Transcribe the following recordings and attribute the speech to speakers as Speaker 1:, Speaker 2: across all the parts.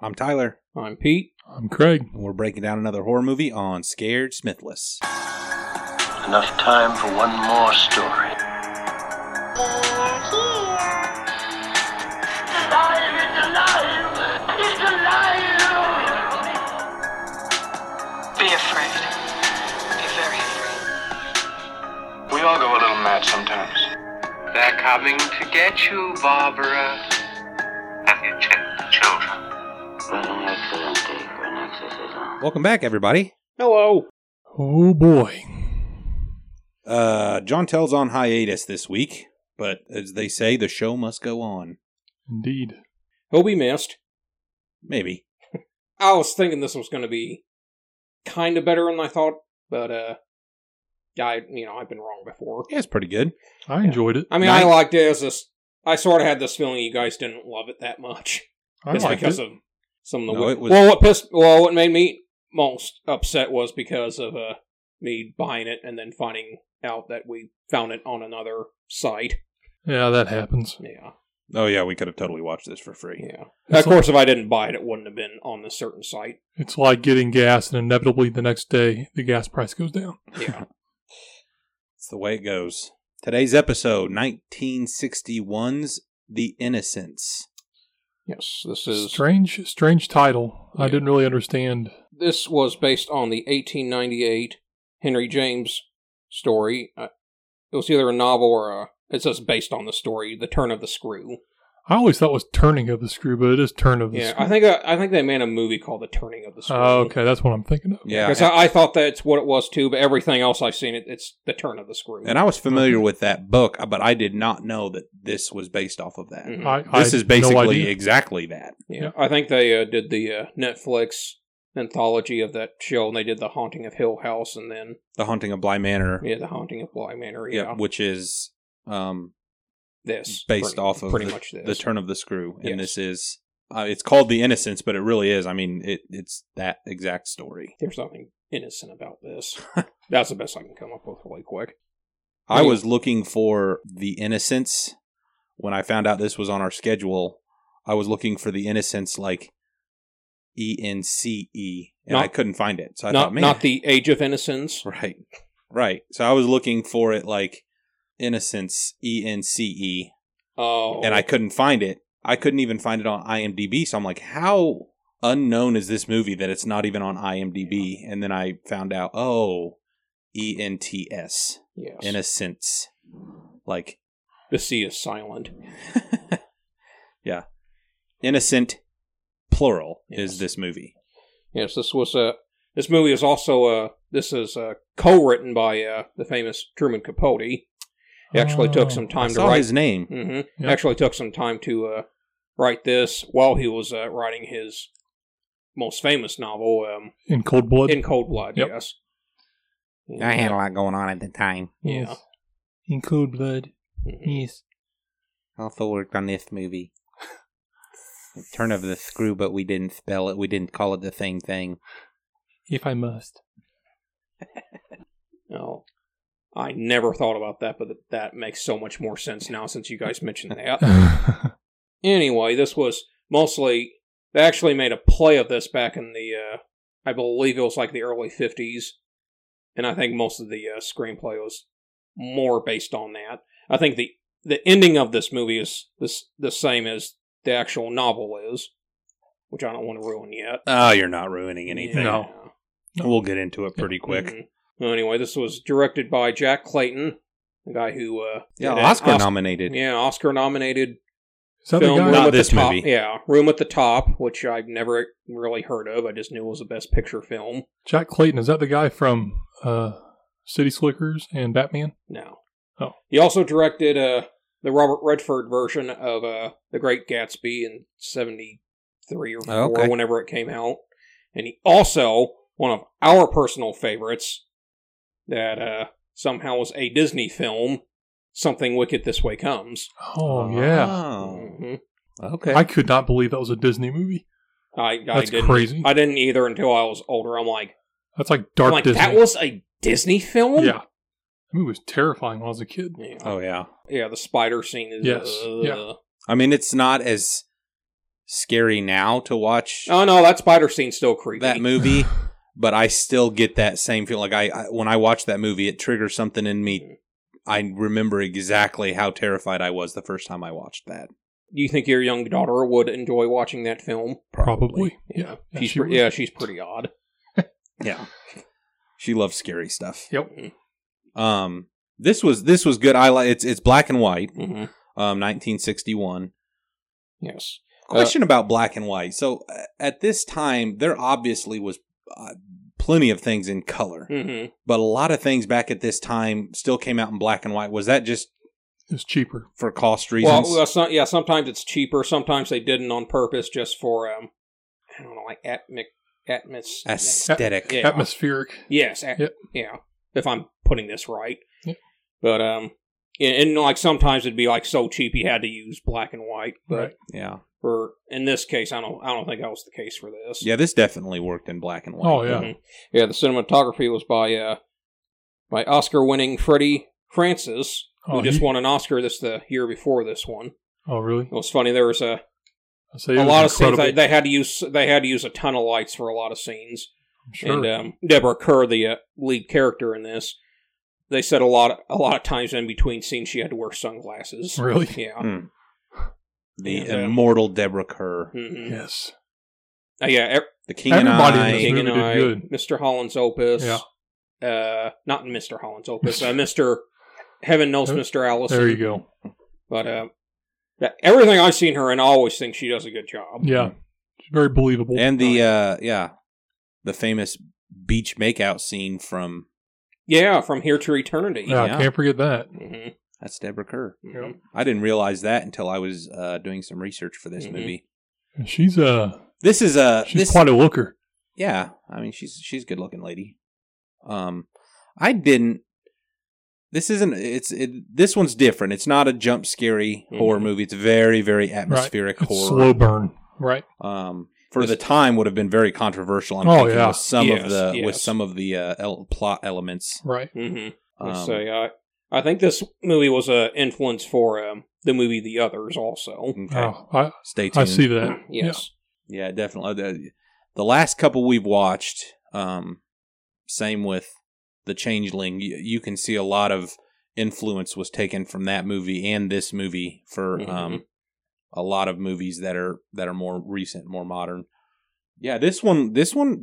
Speaker 1: I'm Tyler,
Speaker 2: I'm Pete.
Speaker 3: I'm Craig.
Speaker 1: and we're breaking down another horror movie on Scared Smithless.
Speaker 4: Enough time for one more story.
Speaker 5: They're here.
Speaker 4: Alive! It's alive! It's alive!
Speaker 6: Be afraid. Be very afraid.
Speaker 4: We all go a little mad sometimes. They're coming to get you, Barbara. Have you checked the children? What an excellent day for an exorcism.
Speaker 1: Welcome back, everybody.
Speaker 2: Hello.
Speaker 3: Oh boy.
Speaker 1: Uh, John Tell's on hiatus this week, but as they say, the show must go on.
Speaker 3: Indeed.
Speaker 2: He'll be missed.
Speaker 1: Maybe.
Speaker 2: I was thinking this was going to be kind of better than I thought, but uh, I you know I've been wrong before.
Speaker 1: Yeah, it's pretty good.
Speaker 3: I enjoyed it.
Speaker 2: I mean, I
Speaker 1: Nice.
Speaker 2: liked it as this. I sort of had this feeling you guys didn't love it that much.
Speaker 3: I
Speaker 2: Just
Speaker 3: liked
Speaker 2: because
Speaker 3: it.
Speaker 2: of some of the.
Speaker 1: No,
Speaker 2: wi-
Speaker 1: it was-
Speaker 2: well, what pissed? Well, what made me most upset was because of uh, me buying it and then finding out that we found it on another site.
Speaker 3: Yeah, that happens.
Speaker 2: Yeah,
Speaker 1: Oh yeah, we could have totally watched this for free.
Speaker 2: yeah.
Speaker 3: It's
Speaker 2: of course, if I didn't buy it, it wouldn't have been on this certain site.
Speaker 3: It's like getting gas, and inevitably the next day the gas price goes down.
Speaker 2: Yeah.
Speaker 1: It's the way it goes. Today's episode, 1961's The Innocents.
Speaker 2: yes, this is
Speaker 3: Strange, strange title. I
Speaker 2: Yeah.
Speaker 3: didn't really understand.
Speaker 2: this was based on the 1898 Henry James story. Uh, it was either a novel or a. It says based on the story, "The Turn of the Screw."
Speaker 3: I always thought it was turning of the screw, but it is turn of the
Speaker 2: Yeah,
Speaker 3: screw.
Speaker 2: I think uh, I think they made a movie called "The Turning of the Screw."
Speaker 3: Oh, okay, that's what I'm thinking of.
Speaker 1: Yeah.
Speaker 2: Because I, I thought that's what it was too, but everything else I've seen, it it's the turn of the screw.
Speaker 1: And I was
Speaker 3: Mm-hmm.
Speaker 1: familiar with that book, but I did not know that this was based off of that.
Speaker 2: Mhm.
Speaker 3: I, Mm. I
Speaker 1: This is
Speaker 3: had no
Speaker 1: basically
Speaker 3: idea.
Speaker 1: exactly that.
Speaker 2: yeah. I think they uh, did the uh, Netflix anthology of that show, and they did the Haunting of Hill House, and then
Speaker 1: The Haunting of Bly Manor.
Speaker 2: yeah, the Haunting of Bly Manor.
Speaker 1: Yeah,
Speaker 2: Yeah,
Speaker 1: which is um,
Speaker 2: this
Speaker 1: based
Speaker 2: pretty-
Speaker 1: off of
Speaker 2: pretty
Speaker 1: the,
Speaker 2: much this.
Speaker 1: the turn of the screw, and
Speaker 2: Yes.
Speaker 1: this is uh, it's called the Innocents, but it really is. I mean, it it's that exact story.
Speaker 2: There's nothing innocent about this. That's the best I can come up with really quick.
Speaker 1: I
Speaker 2: Right.
Speaker 1: was looking for the Innocents when I found out this was on our schedule. I was looking for the Innocents like E N C E, and I
Speaker 2: Not-
Speaker 1: couldn't find it. So I
Speaker 2: not
Speaker 1: thought, man,
Speaker 2: not the Age of Innocence.
Speaker 1: right, right. So I was looking for it like Innocents E N C E,
Speaker 2: Oh,
Speaker 1: and I couldn't find it. I couldn't even find it on IMDb. So I'm like, how unknown is this movie that it's not even on IMDb? And then I found out, oh, E N T S,
Speaker 2: yes.
Speaker 1: Innocents. Like
Speaker 2: the sea is silent.
Speaker 1: yeah. Innocent, plural, is
Speaker 2: Yes.
Speaker 1: this movie.
Speaker 2: Yes, this was a. This movie is also uh This is uh co-written by uh, the famous Truman Capote. He actually took
Speaker 3: Oh.
Speaker 2: some
Speaker 1: I
Speaker 2: time to
Speaker 1: saw
Speaker 2: write.
Speaker 1: his name.
Speaker 2: hmm
Speaker 3: Yeah.
Speaker 2: Actually, took some time to uh, write this while he was uh, writing his most famous novel, um,
Speaker 3: in cold blood.
Speaker 2: In Cold Blood.
Speaker 3: Yep.
Speaker 2: Yes.
Speaker 1: lot going on at the time.
Speaker 2: Yeah.
Speaker 3: In cold blood.
Speaker 2: Mm-hmm.
Speaker 3: Yes.
Speaker 1: Also worked on this movie. Turn of the screw, but we didn't spell it. We didn't call it the same thing.
Speaker 3: If I must.
Speaker 2: No, I never thought about that, but that makes so much more sense now since you guys mentioned that.
Speaker 3: yeah.
Speaker 2: anyway, this was mostly they actually made a play of this back in the uh, I believe it was like the early fifties, and I think most of the uh, screenplay was more based on that. I think the the ending of this movie is this the same as the actual novel is, which I don't want to ruin yet.
Speaker 1: Oh, you're not ruining anything.
Speaker 3: No.
Speaker 1: We'll get into it pretty quick.
Speaker 2: Mhm. Well, anyway, this was directed by Jack Clayton, the guy who uh,
Speaker 1: Yeah,
Speaker 2: did an
Speaker 1: Oscar
Speaker 2: Os-
Speaker 1: nominated.
Speaker 2: yeah, Oscar nominated
Speaker 3: Is that the
Speaker 2: film
Speaker 3: guy?
Speaker 2: Room
Speaker 1: Not
Speaker 2: at
Speaker 1: this
Speaker 2: the top.
Speaker 1: movie.
Speaker 2: Yeah, Room at the Top, which I've never really heard of. I just knew it was a Best Picture film.
Speaker 3: Jack Clayton, is that the guy from uh, City Slickers and Batman?
Speaker 2: No.
Speaker 3: Oh.
Speaker 2: He also directed uh, the Robert Redford version of uh, The Great Gatsby in '73 or
Speaker 1: Oh,
Speaker 2: four,
Speaker 1: okay.
Speaker 2: whenever it came out, and he also one of our personal favorites that uh, somehow was a Disney film, Something Wicked This Way Comes.
Speaker 3: Oh,
Speaker 2: Ah.
Speaker 3: yeah.
Speaker 1: Oh,
Speaker 2: Mhm.
Speaker 1: okay.
Speaker 3: I could not believe that was a Disney movie.
Speaker 2: I, I
Speaker 3: That's
Speaker 2: didn't.
Speaker 3: crazy.
Speaker 2: I didn't either until I was older. I'm like,
Speaker 3: That's like dark
Speaker 2: I'm like
Speaker 3: Disney.
Speaker 2: that was a Disney film.
Speaker 3: yeah. That movie was terrifying when I was a kid.
Speaker 2: Yeah,
Speaker 1: oh yeah.
Speaker 2: yeah the spider scene is
Speaker 3: Yes,
Speaker 2: uh,
Speaker 3: yeah.
Speaker 1: I mean, it's not as scary now to watch
Speaker 2: Oh no, that spider scene's still creepy.
Speaker 1: that movie, but I still get that same feel. Like I, I when I watch that movie, it triggers something in me. I remember exactly how terrified I was the first time I watched that.
Speaker 2: You think your young daughter would enjoy watching that film?
Speaker 3: Probably. Yeah. Yeah,
Speaker 2: she's
Speaker 3: she
Speaker 2: pre-
Speaker 3: would.
Speaker 2: yeah, she's pretty odd.
Speaker 1: Yeah, she loves scary stuff.
Speaker 3: Yep.
Speaker 1: Um, this was this was good. I like it's it's black and white.
Speaker 2: hmm
Speaker 1: Um, 1961.
Speaker 2: Yes.
Speaker 1: Question about black and white. So uh, at this time, there obviously was uh, plenty of things in color,
Speaker 2: hmm
Speaker 1: but a lot of things back at this time still came out in black and white. Was that just
Speaker 3: It's cheaper.
Speaker 1: for cost
Speaker 2: Well,
Speaker 1: reasons?
Speaker 2: well some, yeah. Sometimes it's cheaper. Sometimes they didn't on purpose, just for um, I don't know, like atmic, atmos.
Speaker 1: Aesthetic.
Speaker 2: Yeah.
Speaker 3: Atmospheric.
Speaker 2: Yes. At,
Speaker 3: Yep.
Speaker 2: Yeah. If I'm putting this right.
Speaker 3: Yep.
Speaker 2: But um, and, and like sometimes it'd be like so cheap you had to use black and white, but
Speaker 3: Right.
Speaker 1: Yeah.
Speaker 2: for in this case, I don't I don't think that was the case for this.
Speaker 1: Yeah, this definitely worked in black and white.
Speaker 3: Oh yeah.
Speaker 2: Mhm. Yeah, the cinematography was by uh by Oscar winning Freddie Francis, who
Speaker 3: Oh,
Speaker 2: just
Speaker 3: he-
Speaker 2: won an Oscar this the year before this one.
Speaker 3: Oh really?
Speaker 2: It was funny. There was a,
Speaker 3: I say
Speaker 2: a
Speaker 3: it was
Speaker 2: lot of scenes
Speaker 3: incredible.
Speaker 2: they, they had to use they had to use a ton of lights for a lot of scenes.
Speaker 3: I'm sure.
Speaker 2: And um, Deborah Kerr, the uh, lead character in this, they said a lot a lot of times in between scenes she had to wear sunglasses.
Speaker 3: really?
Speaker 2: uh, Yeah.
Speaker 1: Hmm. The
Speaker 2: Yeah.
Speaker 1: immortal Deborah
Speaker 3: Mm.
Speaker 1: Kerr,
Speaker 2: hmm
Speaker 3: Yes.
Speaker 2: Uh, yeah, e-
Speaker 1: the King
Speaker 3: Everybody
Speaker 1: and
Speaker 3: in
Speaker 1: I.
Speaker 3: this
Speaker 2: King and
Speaker 3: movie did
Speaker 2: I,
Speaker 3: good.
Speaker 2: Mr. Holland's Opus.
Speaker 3: Yeah.
Speaker 2: Uh, not Mr. Holland's Opus. uh, Mr. Heaven knows
Speaker 3: Huh?
Speaker 2: Mr. Allison.
Speaker 3: There you go.
Speaker 2: But uh, that- everything I've seen her in, I always think she does a good job.
Speaker 3: Yeah. She's very believable.
Speaker 1: and
Speaker 2: Oh,
Speaker 1: the uh, yeah, the famous beach makeout scene from
Speaker 2: Yeah, from here to eternity.
Speaker 3: yeah,
Speaker 1: yeah.
Speaker 3: I can't forget that.
Speaker 2: Mhm,
Speaker 1: that's Deborah Kerr.
Speaker 2: mhm.
Speaker 1: I didn't realize that until I was uh, doing some research for this
Speaker 2: Mhm.
Speaker 1: movie.
Speaker 3: And She's uh
Speaker 1: This is a
Speaker 3: she's
Speaker 1: this
Speaker 3: quite a looker.
Speaker 1: yeah. I mean, she's she's a good looking lady. Um, I didn't. This isn't. It's it, this one's different. It's not a jump scary horror
Speaker 2: Mhm.
Speaker 1: movie. It's very very atmospheric
Speaker 3: Mm-hmm. It's
Speaker 1: horror.
Speaker 3: slow burn. Right.
Speaker 1: um, for
Speaker 2: This-
Speaker 1: the time would have been very controversial. I'm
Speaker 3: Oh,
Speaker 1: thinking
Speaker 3: yeah.
Speaker 1: with some
Speaker 2: Yes,
Speaker 1: of the with
Speaker 2: yes.
Speaker 1: some of the uh, el- plot elements.
Speaker 3: Right.
Speaker 2: Mhm. Let's
Speaker 1: Um,
Speaker 2: say I, I think this movie was an influence for um, the movie The Others also.
Speaker 1: okay.
Speaker 3: Oh, I
Speaker 1: Stay tuned.
Speaker 3: I see that.
Speaker 2: yes.
Speaker 1: Yeah, definitely. Uh, The, the last couple we've watched, um, same with the Changeling. You, you can see a lot of influence was taken from that movie and this movie for
Speaker 3: Mm-hmm.
Speaker 1: um, a lot of movies that are that are more recent, more modern. Yeah, this one, this one,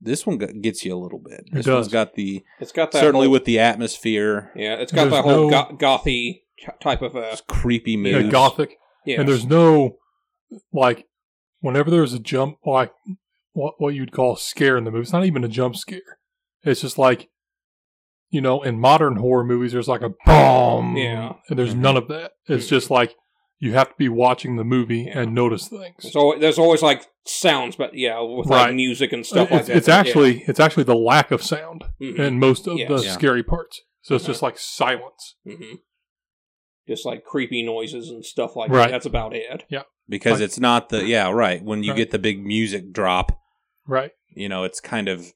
Speaker 1: this one g- gets you a little bit. This one's
Speaker 3: does.
Speaker 1: got the
Speaker 2: It's got that
Speaker 1: certainly
Speaker 2: whole-
Speaker 1: with the atmosphere,
Speaker 2: yeah, it's got
Speaker 3: There's
Speaker 2: that whole
Speaker 3: no-
Speaker 2: go- gothy t- type of uh,
Speaker 1: it's creepy
Speaker 3: Yeah.
Speaker 1: mood.
Speaker 3: yeah gothic.
Speaker 2: yeah.
Speaker 3: and there's no like whenever there's a jump like what what you'd call scare in the movie it's not even a jump scare it's just like you know in modern horror movies there's like a bomb
Speaker 2: Yeah. Mm.
Speaker 3: and there's
Speaker 1: Mhm.
Speaker 3: none of that it's just like you have to be watching the movie
Speaker 2: Yeah.
Speaker 3: and notice things
Speaker 2: There's always, there's always like sounds, but yeah, with like
Speaker 3: Right.
Speaker 2: music and stuff
Speaker 3: it's,
Speaker 2: like that. Mm-hmm.
Speaker 3: it's actually it's actually the lack of sound in most of the
Speaker 2: Yes.
Speaker 1: Yeah.
Speaker 3: scary parts so it's
Speaker 2: Mhm.
Speaker 3: just like silence
Speaker 2: hmm just like creepy noises and stuff like that.
Speaker 3: Right.
Speaker 2: That's about it.
Speaker 1: because
Speaker 3: Like-
Speaker 1: it's not the yeah right when you
Speaker 3: Right.
Speaker 1: get the big music drop.
Speaker 3: right
Speaker 1: You know, it's kind of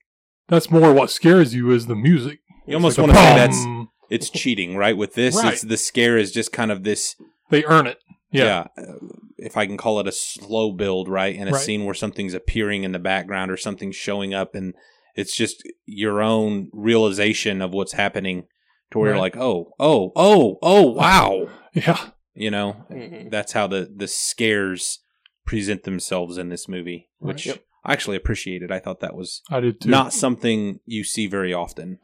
Speaker 3: that's more what scares you is the music
Speaker 1: You almost
Speaker 3: like a
Speaker 1: want to say
Speaker 3: boom.
Speaker 1: that's it's cheating, right? With this,
Speaker 3: Right.
Speaker 1: it's the scare is just kind of this.
Speaker 3: they earn it yeah,
Speaker 1: Yeah. uh, if I can call it a slow build, right? And a
Speaker 3: Right.
Speaker 1: scene where something's appearing in the background or something's showing up, and it's just your own realization of what's happening to where you're
Speaker 3: Right.
Speaker 1: like, oh, oh, oh, oh, wow.
Speaker 3: yeah.
Speaker 1: You know,
Speaker 2: Mhm.
Speaker 1: that's how the the scares present themselves in this movie,
Speaker 3: Right.
Speaker 1: which
Speaker 3: Yep.
Speaker 1: I actually appreciated. I thought that was
Speaker 3: i did too
Speaker 1: not something you see very often.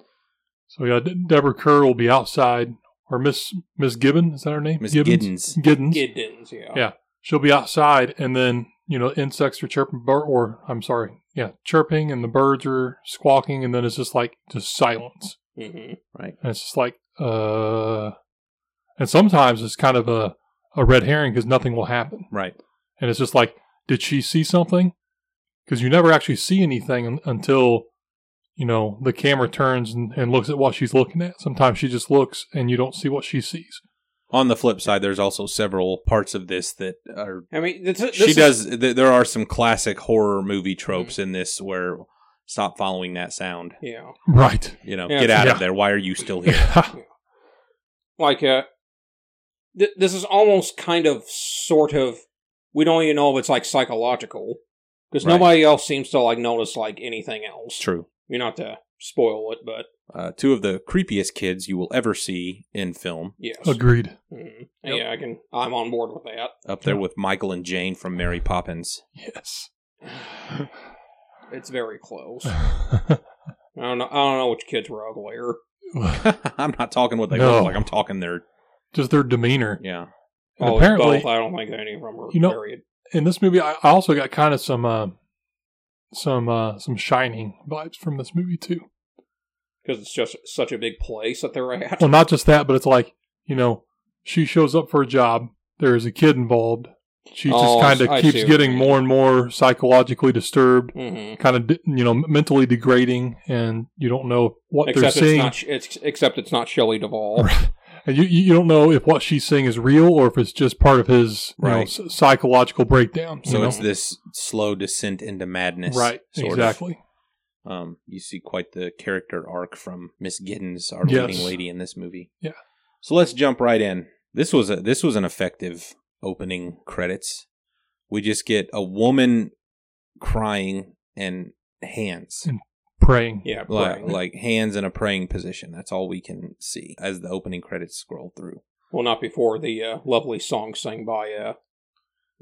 Speaker 3: So yeah, De- Deborah Kerr will be outside, or Miss Miss Gibbon is that her name?
Speaker 1: Miss Giddens.
Speaker 3: Giddens.
Speaker 2: Giddens, yeah.
Speaker 3: Yeah. She'll be outside, and then you know insects are chirping, bir- or I'm sorry, yeah, chirping, and the birds are squawking, and then it's just like just silence,
Speaker 2: hmm
Speaker 3: and it's just like uh, and sometimes it's kind of a a red herring because nothing will happen,
Speaker 1: Right.
Speaker 3: and it's just like, did she see something? Because you never actually see anything un- until you know the camera turns and, and looks at what she's looking at. Sometimes she just looks and you don't see what she sees.
Speaker 1: On the flip side, there's also several parts of this that are
Speaker 2: I mean, this, this
Speaker 1: she
Speaker 2: is- Mm-hmm.
Speaker 1: does. Th- there are some classic horror movie tropes in this where stop following that sound.
Speaker 2: Yeah,
Speaker 3: Right.
Speaker 1: You know,
Speaker 2: Yeah.
Speaker 1: get out
Speaker 3: Yeah.
Speaker 1: of there. Why are you still here?
Speaker 3: Yeah.
Speaker 2: like uh, th- this is almost kind of sort of we don't even know if it's like psychological because
Speaker 1: Right.
Speaker 2: nobody else seems to like notice like anything else.
Speaker 1: True.
Speaker 2: You're not to spoil it, but
Speaker 1: Uh, two of the creepiest kids you will ever see in film,
Speaker 2: yes,
Speaker 3: Agreed.
Speaker 2: Mhm.
Speaker 3: Yep.
Speaker 2: yeah, I can. I'm on board with that.
Speaker 1: up there
Speaker 3: Yeah.
Speaker 1: with Michael and Jane from Mary Poppins.
Speaker 3: Yes.
Speaker 2: It's very close. I don't know. I don't know which kids were uglier.
Speaker 1: I'm not talking what they
Speaker 3: No.
Speaker 1: look like. I'm talking their
Speaker 3: Just their demeanor.
Speaker 1: yeah.
Speaker 3: And
Speaker 2: Oh,
Speaker 3: apparently,
Speaker 2: it's both. I don't think any of them were
Speaker 3: You know-
Speaker 2: very.
Speaker 3: in this movie, I I also got kind of some, uh, some, uh, some shining vibes from this movie too.
Speaker 2: because it's just such a big place that they're at.
Speaker 3: Well, not just that, but it's like you know, she shows up for a job. There is a kid involved. She just
Speaker 2: Oh,
Speaker 3: kind
Speaker 2: I
Speaker 3: of
Speaker 2: see what
Speaker 3: keeps
Speaker 2: you
Speaker 3: getting
Speaker 2: mean.
Speaker 3: more and more psychologically disturbed,
Speaker 2: Mm-hmm.
Speaker 3: kind of you know mentally degrading, and you don't know what
Speaker 2: Except
Speaker 3: they're
Speaker 2: it's
Speaker 3: seeing,
Speaker 2: not. sh- It's except it's not Shelley Duvall.
Speaker 3: and you you don't know if what she's seeing is real or if it's just part of his you know,
Speaker 1: Right.
Speaker 3: s- psychological breakdown. you
Speaker 1: So
Speaker 3: know?
Speaker 1: it's this slow descent into madness.
Speaker 3: right,
Speaker 1: sort of.
Speaker 3: exactly.
Speaker 1: Um, you see quite the character arc from Miss Giddens, our
Speaker 3: Yes.
Speaker 1: leading lady in this movie.
Speaker 3: Yeah.
Speaker 1: So let's jump right in. This was a this was an effective opening credits. We just get a woman crying and hands,
Speaker 3: Praying.
Speaker 2: Yeah,
Speaker 1: like,
Speaker 2: right.
Speaker 1: like hands in a praying position. That's all we can see as the opening credits scroll through.
Speaker 2: well, not before the uh, lovely song sung by uh,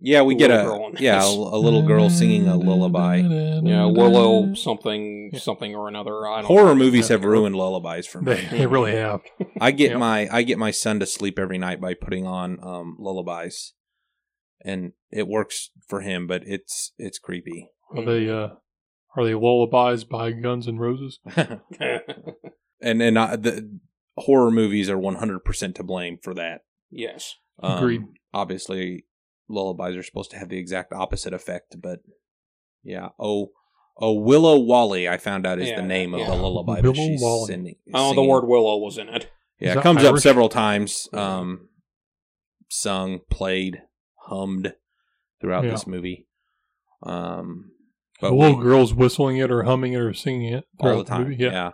Speaker 1: Yeah, we
Speaker 2: The
Speaker 1: get
Speaker 2: little
Speaker 1: a
Speaker 2: girl in
Speaker 1: yeah a,
Speaker 2: this.
Speaker 1: a little girl singing a lullaby.
Speaker 2: you know, Willow something something or another. I don't
Speaker 1: Horror
Speaker 2: know.
Speaker 1: movies have ruined lullabies for me.
Speaker 3: They, they really have.
Speaker 1: I get
Speaker 3: Yep.
Speaker 1: my I get my son to sleep every night by putting on um, lullabies, and it works for him, but it's it's creepy.
Speaker 3: Are they uh, are they lullabies by Guns N' Roses?
Speaker 1: and
Speaker 2: Mm-hmm.
Speaker 1: and I, the horror movies are one hundred percent to blame for that.
Speaker 2: yes,
Speaker 1: Um,
Speaker 3: Agreed.
Speaker 1: Obviously, lullabies are supposed to have the exact opposite effect, but yeah. Oh, oh, Willow Wally, I found out is
Speaker 2: Yeah,
Speaker 1: the name of
Speaker 2: yeah.
Speaker 1: the lullaby
Speaker 3: Willow
Speaker 1: that she's
Speaker 3: Wally.
Speaker 1: sending.
Speaker 2: oh, the
Speaker 1: singing.
Speaker 2: word "willow" was in it.
Speaker 1: Yeah,
Speaker 3: Is
Speaker 1: it
Speaker 3: that
Speaker 1: comes up
Speaker 3: Irish?
Speaker 1: several times. Um, sung, played, hummed throughout
Speaker 3: Yeah.
Speaker 1: this movie. Um,
Speaker 3: the little girl's whistling it or humming it or singing it
Speaker 1: all the
Speaker 3: throughout
Speaker 1: time.
Speaker 3: movie.
Speaker 1: yeah.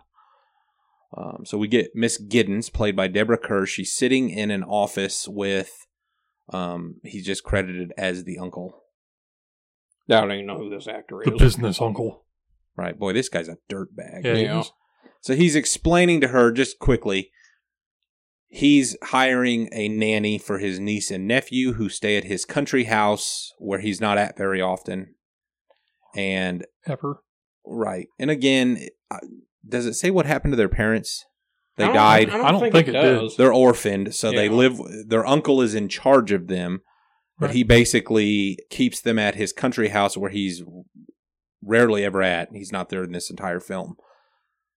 Speaker 1: Um, so we get Miss Giddens, played by Deborah Kerr. She's sitting in an office with. Um, he's just credited as the uncle.
Speaker 2: I don't even know who this actor
Speaker 3: the
Speaker 2: is.
Speaker 3: business uncle.
Speaker 1: Right, boy, this guy's a dirtbag.
Speaker 3: Yeah,
Speaker 2: Yeah.
Speaker 1: So he's explaining to her just quickly. He's hiring a nanny for his niece and nephew who stay at his country house where he's not at very often. And
Speaker 3: ever.
Speaker 1: right. And again, I- does it say what happened to their parents? They
Speaker 2: I don't-
Speaker 1: died.
Speaker 3: I don't think it did.
Speaker 1: They're orphaned, so they
Speaker 2: Yeah.
Speaker 1: live their uncle is in charge of them, but
Speaker 3: Right.
Speaker 1: he basically keeps them at his country house where he's rarely ever at. He's not there in this entire film.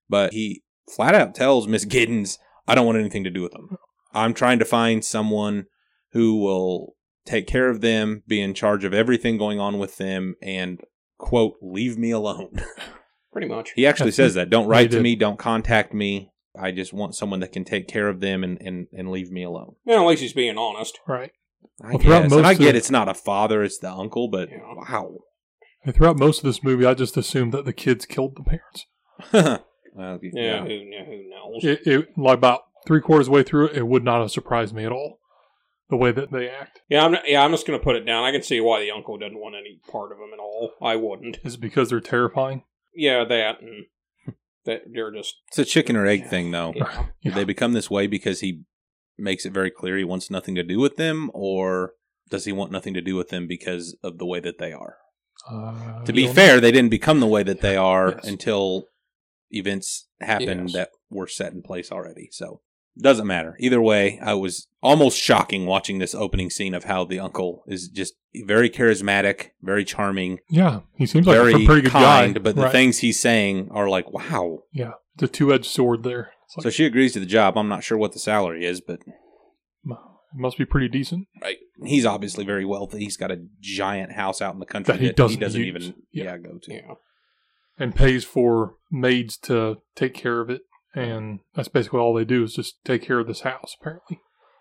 Speaker 1: But he flat out tells Miss Giddens, I don't want anything to do with them. I'm trying to find someone who will take care of them, be in charge of everything going on with them, and quote, leave me alone.
Speaker 2: Pretty much.
Speaker 1: He actually
Speaker 3: That's
Speaker 1: says
Speaker 3: it.
Speaker 1: that. Don't write
Speaker 3: He
Speaker 1: to
Speaker 3: did.
Speaker 1: me. Don't contact me. I just want someone that can take care of them and, and, and leave me alone.
Speaker 2: You know, at least he's being honest.
Speaker 3: Right.
Speaker 1: I
Speaker 3: Well, throughout
Speaker 1: guess. And I
Speaker 3: most of-
Speaker 1: get it's not a father, it's the uncle, but
Speaker 2: Yeah.
Speaker 1: wow.
Speaker 3: And throughout most of this movie, I just assumed that the kids killed the parents.
Speaker 1: Well,
Speaker 2: Yeah, Who, yeah, who knows?
Speaker 3: It, it like about three quarters way through, it would not have surprised me at all the way that they act.
Speaker 2: Yeah, I'm. Yeah, I'm just gonna put it down. I can see why the uncle doesn't want any part of him at all. I wouldn't.
Speaker 3: Is it because they're terrifying?
Speaker 2: Yeah, that and that they're just
Speaker 1: It's a chicken or egg thing, though.
Speaker 2: yeah.
Speaker 1: Did they become this way because he makes it very clear he wants nothing to do with them, or does he want nothing to do with them because of the way that they are?
Speaker 3: Uh,
Speaker 1: to be
Speaker 3: don't-
Speaker 1: fair, they didn't become the way that they are
Speaker 3: Yes.
Speaker 1: until events happened
Speaker 2: Yes.
Speaker 1: that were set in place already. So doesn't matter. Either way, I was almost shocking watching this opening scene of how the uncle is just very charismatic, very charming,
Speaker 3: yeah, he seems like
Speaker 1: very
Speaker 3: a pretty good
Speaker 1: kind,
Speaker 3: guy.
Speaker 1: but the
Speaker 3: Right.
Speaker 1: things he's saying are like, wow.
Speaker 3: yeah, it's a two-edged sword there. It's like,
Speaker 1: So she agrees to the job. I'm not sure what the salary is, but
Speaker 3: it must be pretty decent.
Speaker 1: he's obviously very wealthy. He's got a giant house out in the country
Speaker 3: That he doesn't use.
Speaker 1: even
Speaker 3: Yeah.
Speaker 1: yeah go to.
Speaker 2: yeah.
Speaker 3: and pays for maids to take care of it. And that's basically all they do is just take care of this house, apparently.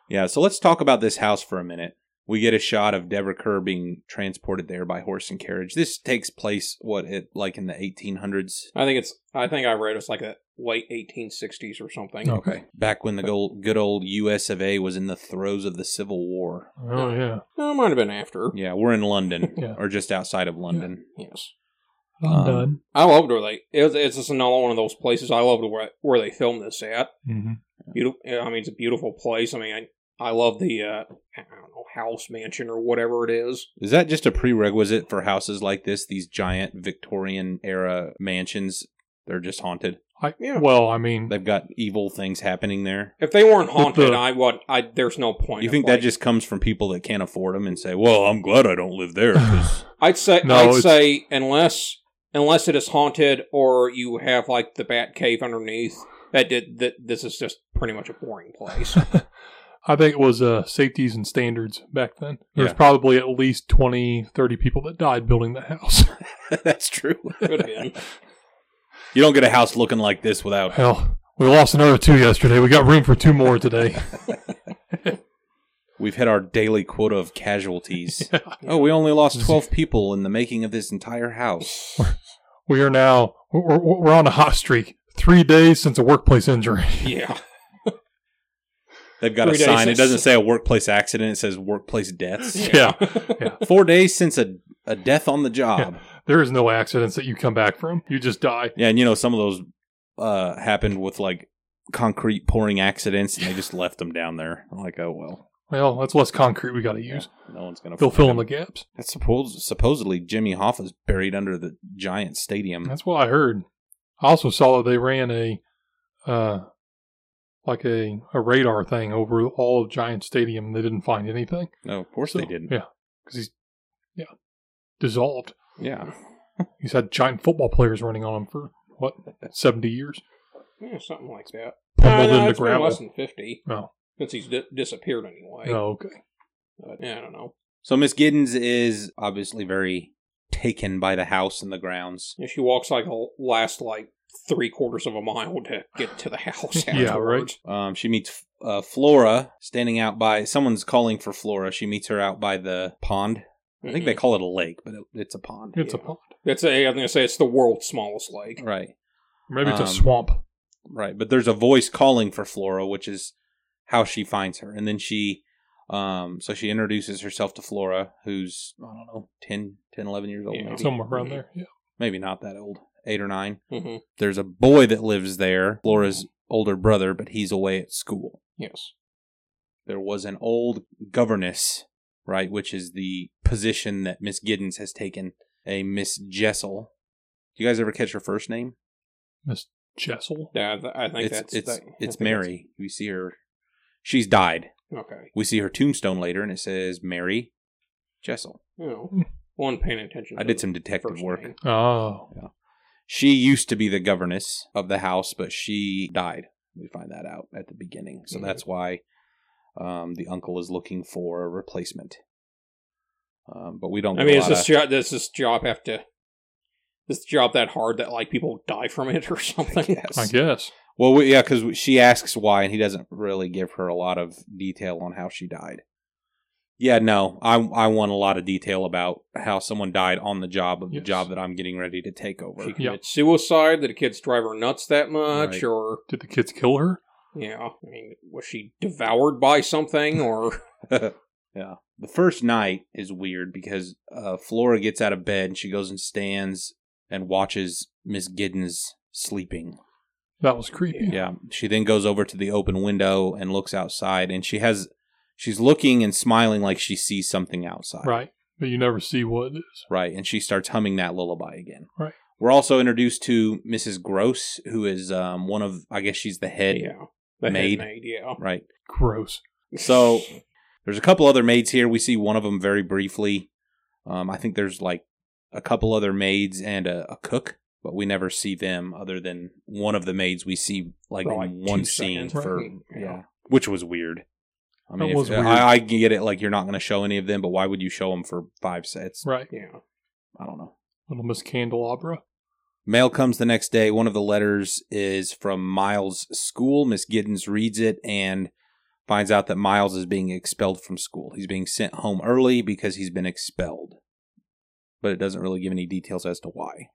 Speaker 1: Yeah, so let's talk about this house for a minute. We get a shot of Deborah Kerr being transported there by horse and carriage. This takes place what it like in the 1800s.
Speaker 2: I think it's. I think I read it's like a late 1860s or something.
Speaker 3: Okay.
Speaker 1: Back when the gold, good old U.S. of A. was in the throes of the Civil War.
Speaker 3: Oh yeah.
Speaker 2: No, it Uh, might have been after.
Speaker 1: Yeah, we're in London,
Speaker 3: Yeah.
Speaker 1: or just outside of London.
Speaker 2: Yes.
Speaker 3: I'm
Speaker 1: Um,
Speaker 3: done.
Speaker 2: I loved where they. It's, it's just another one of those places. I loved where where they filmed this at.
Speaker 3: Mm-hmm.
Speaker 2: Beautiful. I mean, it's a beautiful place. I mean, I, I love the uh, I don't know house mansion or whatever it is.
Speaker 1: Is that just a prerequisite for houses like this? These giant Victorian era mansions? They're just haunted.
Speaker 3: I,
Speaker 2: Yeah.
Speaker 3: Well, I mean,
Speaker 1: They've got evil things happening there.
Speaker 2: If they weren't haunted,
Speaker 3: the-
Speaker 2: I would. I there's no point.
Speaker 1: You
Speaker 2: of,
Speaker 1: think that
Speaker 2: like-
Speaker 1: just comes from people that can't afford them and say, "Well, I'm glad I don't live there." 'cause
Speaker 2: I'd say
Speaker 3: No,
Speaker 2: I'd
Speaker 3: it's-
Speaker 2: say unless unless it is haunted or you have like the bat cave underneath. That did that. This is just pretty much a boring place.
Speaker 3: I think it was uh, safeties and standards back then. There's
Speaker 1: Yeah.
Speaker 3: probably at least 20, 30 people that died building the house.
Speaker 1: That's true.
Speaker 2: Could have been.
Speaker 1: You don't get a house looking like this without
Speaker 3: Hell, we lost another two yesterday. We got room for two more today.
Speaker 1: We've hit our daily quota of casualties. Oh, we only lost 12 people in the making of this entire house.
Speaker 3: We are now we're, we're we're on a hot streak. Three days since a workplace injury.
Speaker 2: Yeah.
Speaker 1: They've got a
Speaker 2: Three days
Speaker 1: sign. It
Speaker 2: is-
Speaker 1: doesn't say a workplace accident, it says workplace deaths.
Speaker 3: Yeah.
Speaker 1: Four days since a, a death on the job.
Speaker 3: There is no accidents that you come back from. You just die.
Speaker 1: Yeah, and you know, some of those uh, happened with like concrete pouring accidents and they just left them down there. I'm like, oh, well,
Speaker 3: Well, that's less concrete we got to use.
Speaker 1: no one's going to
Speaker 3: They'll fill in the gaps.
Speaker 1: That's suppos- supposedly Jimmy Hoffa's buried under the giant stadium.
Speaker 3: That's what I heard. I also saw that they ran a, uh, like a, a radar thing over all of Giant Stadium. and They didn't find anything
Speaker 1: no, of course they didn't.
Speaker 3: Yeah, because he's yeah dissolved.
Speaker 1: Yeah.
Speaker 3: He's had giant football players running on him for what seventy years.
Speaker 2: Yeah, something like that.
Speaker 3: Pummeled
Speaker 2: Uh, no,
Speaker 3: into
Speaker 2: it's been less
Speaker 3: gravel.
Speaker 2: than fifty
Speaker 3: Oh,
Speaker 2: since he's di- disappeared anyway.
Speaker 3: oh, okay.
Speaker 2: But, yeah, I don't know.
Speaker 1: So Miss Giddens is obviously very taken by the house and the grounds.
Speaker 2: And she walks like a last like three quarters of a mile to get to the house.
Speaker 3: Yeah, right.
Speaker 2: afterwards.
Speaker 1: Um, she meets uh, Flora standing out by. Someone's calling for Flora. She meets her out by the pond. I think they call it a lake, but it, it's a pond.
Speaker 3: It's
Speaker 2: Yeah.
Speaker 3: a pond.
Speaker 2: It's Mm-hmm. a, I'm gonna say it's the world's smallest lake.
Speaker 1: Right,
Speaker 3: Maybe it's
Speaker 1: Um,
Speaker 3: a swamp.
Speaker 1: right. But there's a voice calling for Flora, which is how she finds her. And then she, um, so she introduces herself to Flora, who's, I don't know, 10, 10 11 years old.
Speaker 2: Yeah.
Speaker 1: maybe.
Speaker 3: Somewhere around there. Yeah.
Speaker 1: maybe not that old, eight or nine.
Speaker 2: hmm
Speaker 1: There's a boy that lives there, Flora's older brother, but he's away at school.
Speaker 2: Yes.
Speaker 1: there was an old governess, right, which is the position that Miss Giddens has taken, a Miss Jessel. Do you guys ever catch her first name?
Speaker 3: Jessel.
Speaker 2: Yeah, th- I think
Speaker 1: it's
Speaker 2: that's
Speaker 1: it's
Speaker 2: that- I
Speaker 1: it's
Speaker 2: think that's-
Speaker 1: Mary. We see her. She's died.
Speaker 2: okay.
Speaker 1: We see her tombstone later, and it says Mary Jessel.
Speaker 2: You know, one paying attention.
Speaker 1: I
Speaker 2: to
Speaker 1: did
Speaker 2: the
Speaker 1: some detective
Speaker 2: first
Speaker 1: work.
Speaker 2: name.
Speaker 3: Oh,
Speaker 1: She used to be the governess of the house, but she died. We find that out at the beginning, so
Speaker 2: Mhm.
Speaker 1: that's why um, the uncle is looking for a replacement. Um, but we don't.
Speaker 2: I
Speaker 1: get
Speaker 2: mean,
Speaker 1: a
Speaker 2: is
Speaker 1: lot
Speaker 2: this
Speaker 1: of-
Speaker 2: job, does this job have to? This job that hard that like people die from it or something?
Speaker 1: guess.
Speaker 3: I guess.
Speaker 1: Well, we, yeah, because she asks why, and he doesn't really give her a lot of detail on how she died. Yeah, no, I I want a lot of detail about how someone died on the job of the
Speaker 3: Yes.
Speaker 1: job that I'm getting ready to take over.
Speaker 2: She
Speaker 3: Yeah.
Speaker 2: commits suicide. Did the kids drive her nuts that much,
Speaker 1: Right.
Speaker 2: or
Speaker 3: Did the kids kill her?
Speaker 2: yeah? I mean, was she devoured by something, or
Speaker 1: yeah, the first night is weird because uh, Flora gets out of bed and she goes and stands and watches Miss Giddens sleeping.
Speaker 3: That was creepy.
Speaker 1: Yeah. She then goes over to the open window and looks outside, and she has she's looking and smiling like she sees something outside.
Speaker 3: Right. But you never see what it is.
Speaker 1: Right, and she starts humming that lullaby again.
Speaker 3: Right.
Speaker 1: We're also introduced to Mrs. Gross, who is um, one of, I guess she's the head.
Speaker 2: yeah, the head
Speaker 1: Maid.
Speaker 2: maid, yeah.
Speaker 1: Right.
Speaker 3: Gross.
Speaker 1: So there's a couple other maids here. We see one of them very briefly. Um, I think there's like a couple other maids and a, a cook, but we never see them other than one of the maids we see like,
Speaker 2: For, like,
Speaker 1: in one
Speaker 2: two
Speaker 1: scene
Speaker 2: seconds.
Speaker 1: for,
Speaker 2: Right.
Speaker 1: yeah, which was weird. I mean,
Speaker 3: That
Speaker 1: if-
Speaker 3: was weird.
Speaker 1: I, I get it. Like, you're not going to show any of them, but why would you show them for five sets?
Speaker 3: Right.
Speaker 2: yeah,
Speaker 1: I don't know.
Speaker 3: Little Miss Candelabra.
Speaker 1: Mail comes the next day. One of the letters is from Miles' school. Miss Giddens reads it and finds out that Miles is being expelled from school. He's being sent home early because he's been expelled. But it doesn't really give any details as to why.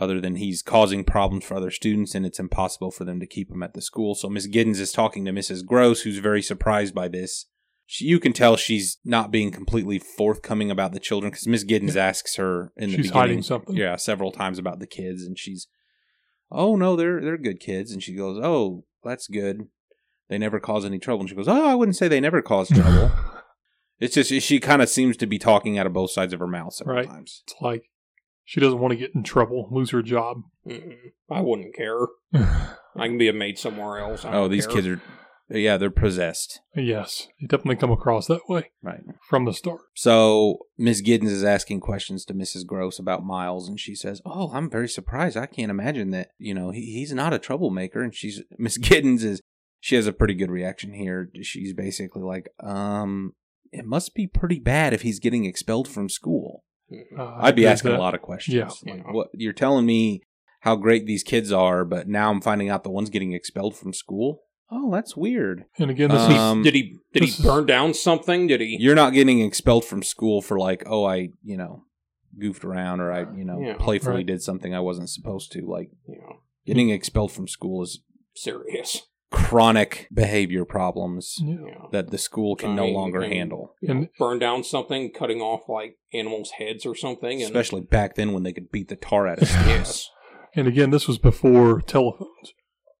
Speaker 1: other than he's causing problems for other students and it's impossible for them to keep him at the school. So Miss Giddens is talking to Mrs. Gross, who's very surprised by this. She, you can tell she's not being completely forthcoming about the children because Miss Giddens asks her in the
Speaker 3: She's
Speaker 1: beginning,
Speaker 3: hiding something.
Speaker 1: yeah, several times about the kids, and she's, oh no, they're they're good kids, and she goes, oh, that's good. They never cause any trouble, and she goes, oh, I wouldn't say they never cause trouble. it's just she kind of seems to be talking out of both sides of her mouth several
Speaker 3: Right.
Speaker 1: times.
Speaker 3: It's like she doesn't want to get in trouble, lose her job.
Speaker 2: Mm-mm. I wouldn't care. I can be a maid somewhere else. I
Speaker 1: Oh,
Speaker 2: don't
Speaker 1: these
Speaker 2: care.
Speaker 1: kids are, yeah, they're possessed.
Speaker 3: yes, you definitely come across that way
Speaker 1: Right.
Speaker 3: from the start.
Speaker 1: So Miss Giddens is asking questions to Mrs. Gross about Miles, and she says, "Oh, I'm very surprised. I can't imagine that. You know, he, he's not a troublemaker." And she's Miss Giddens is she has a pretty good reaction here. She's basically like, "Um, it must be pretty bad if he's getting expelled from school."
Speaker 2: Mm-mm.
Speaker 3: Uh,
Speaker 1: I'd be
Speaker 3: there's
Speaker 1: asking
Speaker 3: that.
Speaker 1: a lot of questions.
Speaker 3: Yeah.
Speaker 1: Like,
Speaker 2: Yeah.
Speaker 1: what you're telling me how great these kids are, but now I'm finding out the ones getting expelled from school. Oh, that's weird.
Speaker 3: And again, this is
Speaker 1: Um,
Speaker 2: did he did
Speaker 3: this
Speaker 2: he
Speaker 3: is-
Speaker 2: burn down something? Did he?
Speaker 1: you're not getting expelled from school for like oh i you know goofed around or i you know
Speaker 2: Yeah,
Speaker 1: playfully
Speaker 3: right.
Speaker 1: did something i wasn't supposed to like
Speaker 2: You know,
Speaker 1: getting expelled from school is
Speaker 2: serious.
Speaker 1: chronic behavior problems
Speaker 3: yeah.
Speaker 2: You know,
Speaker 1: that the school can
Speaker 2: I
Speaker 1: no
Speaker 2: mean,
Speaker 1: longer
Speaker 2: and-
Speaker 1: handle
Speaker 2: you know,
Speaker 3: And-
Speaker 2: burn down something, cutting off like animals' heads or something, and
Speaker 1: especially back then when they could beat the tar out of
Speaker 2: yes,
Speaker 3: And again, this was before telephones.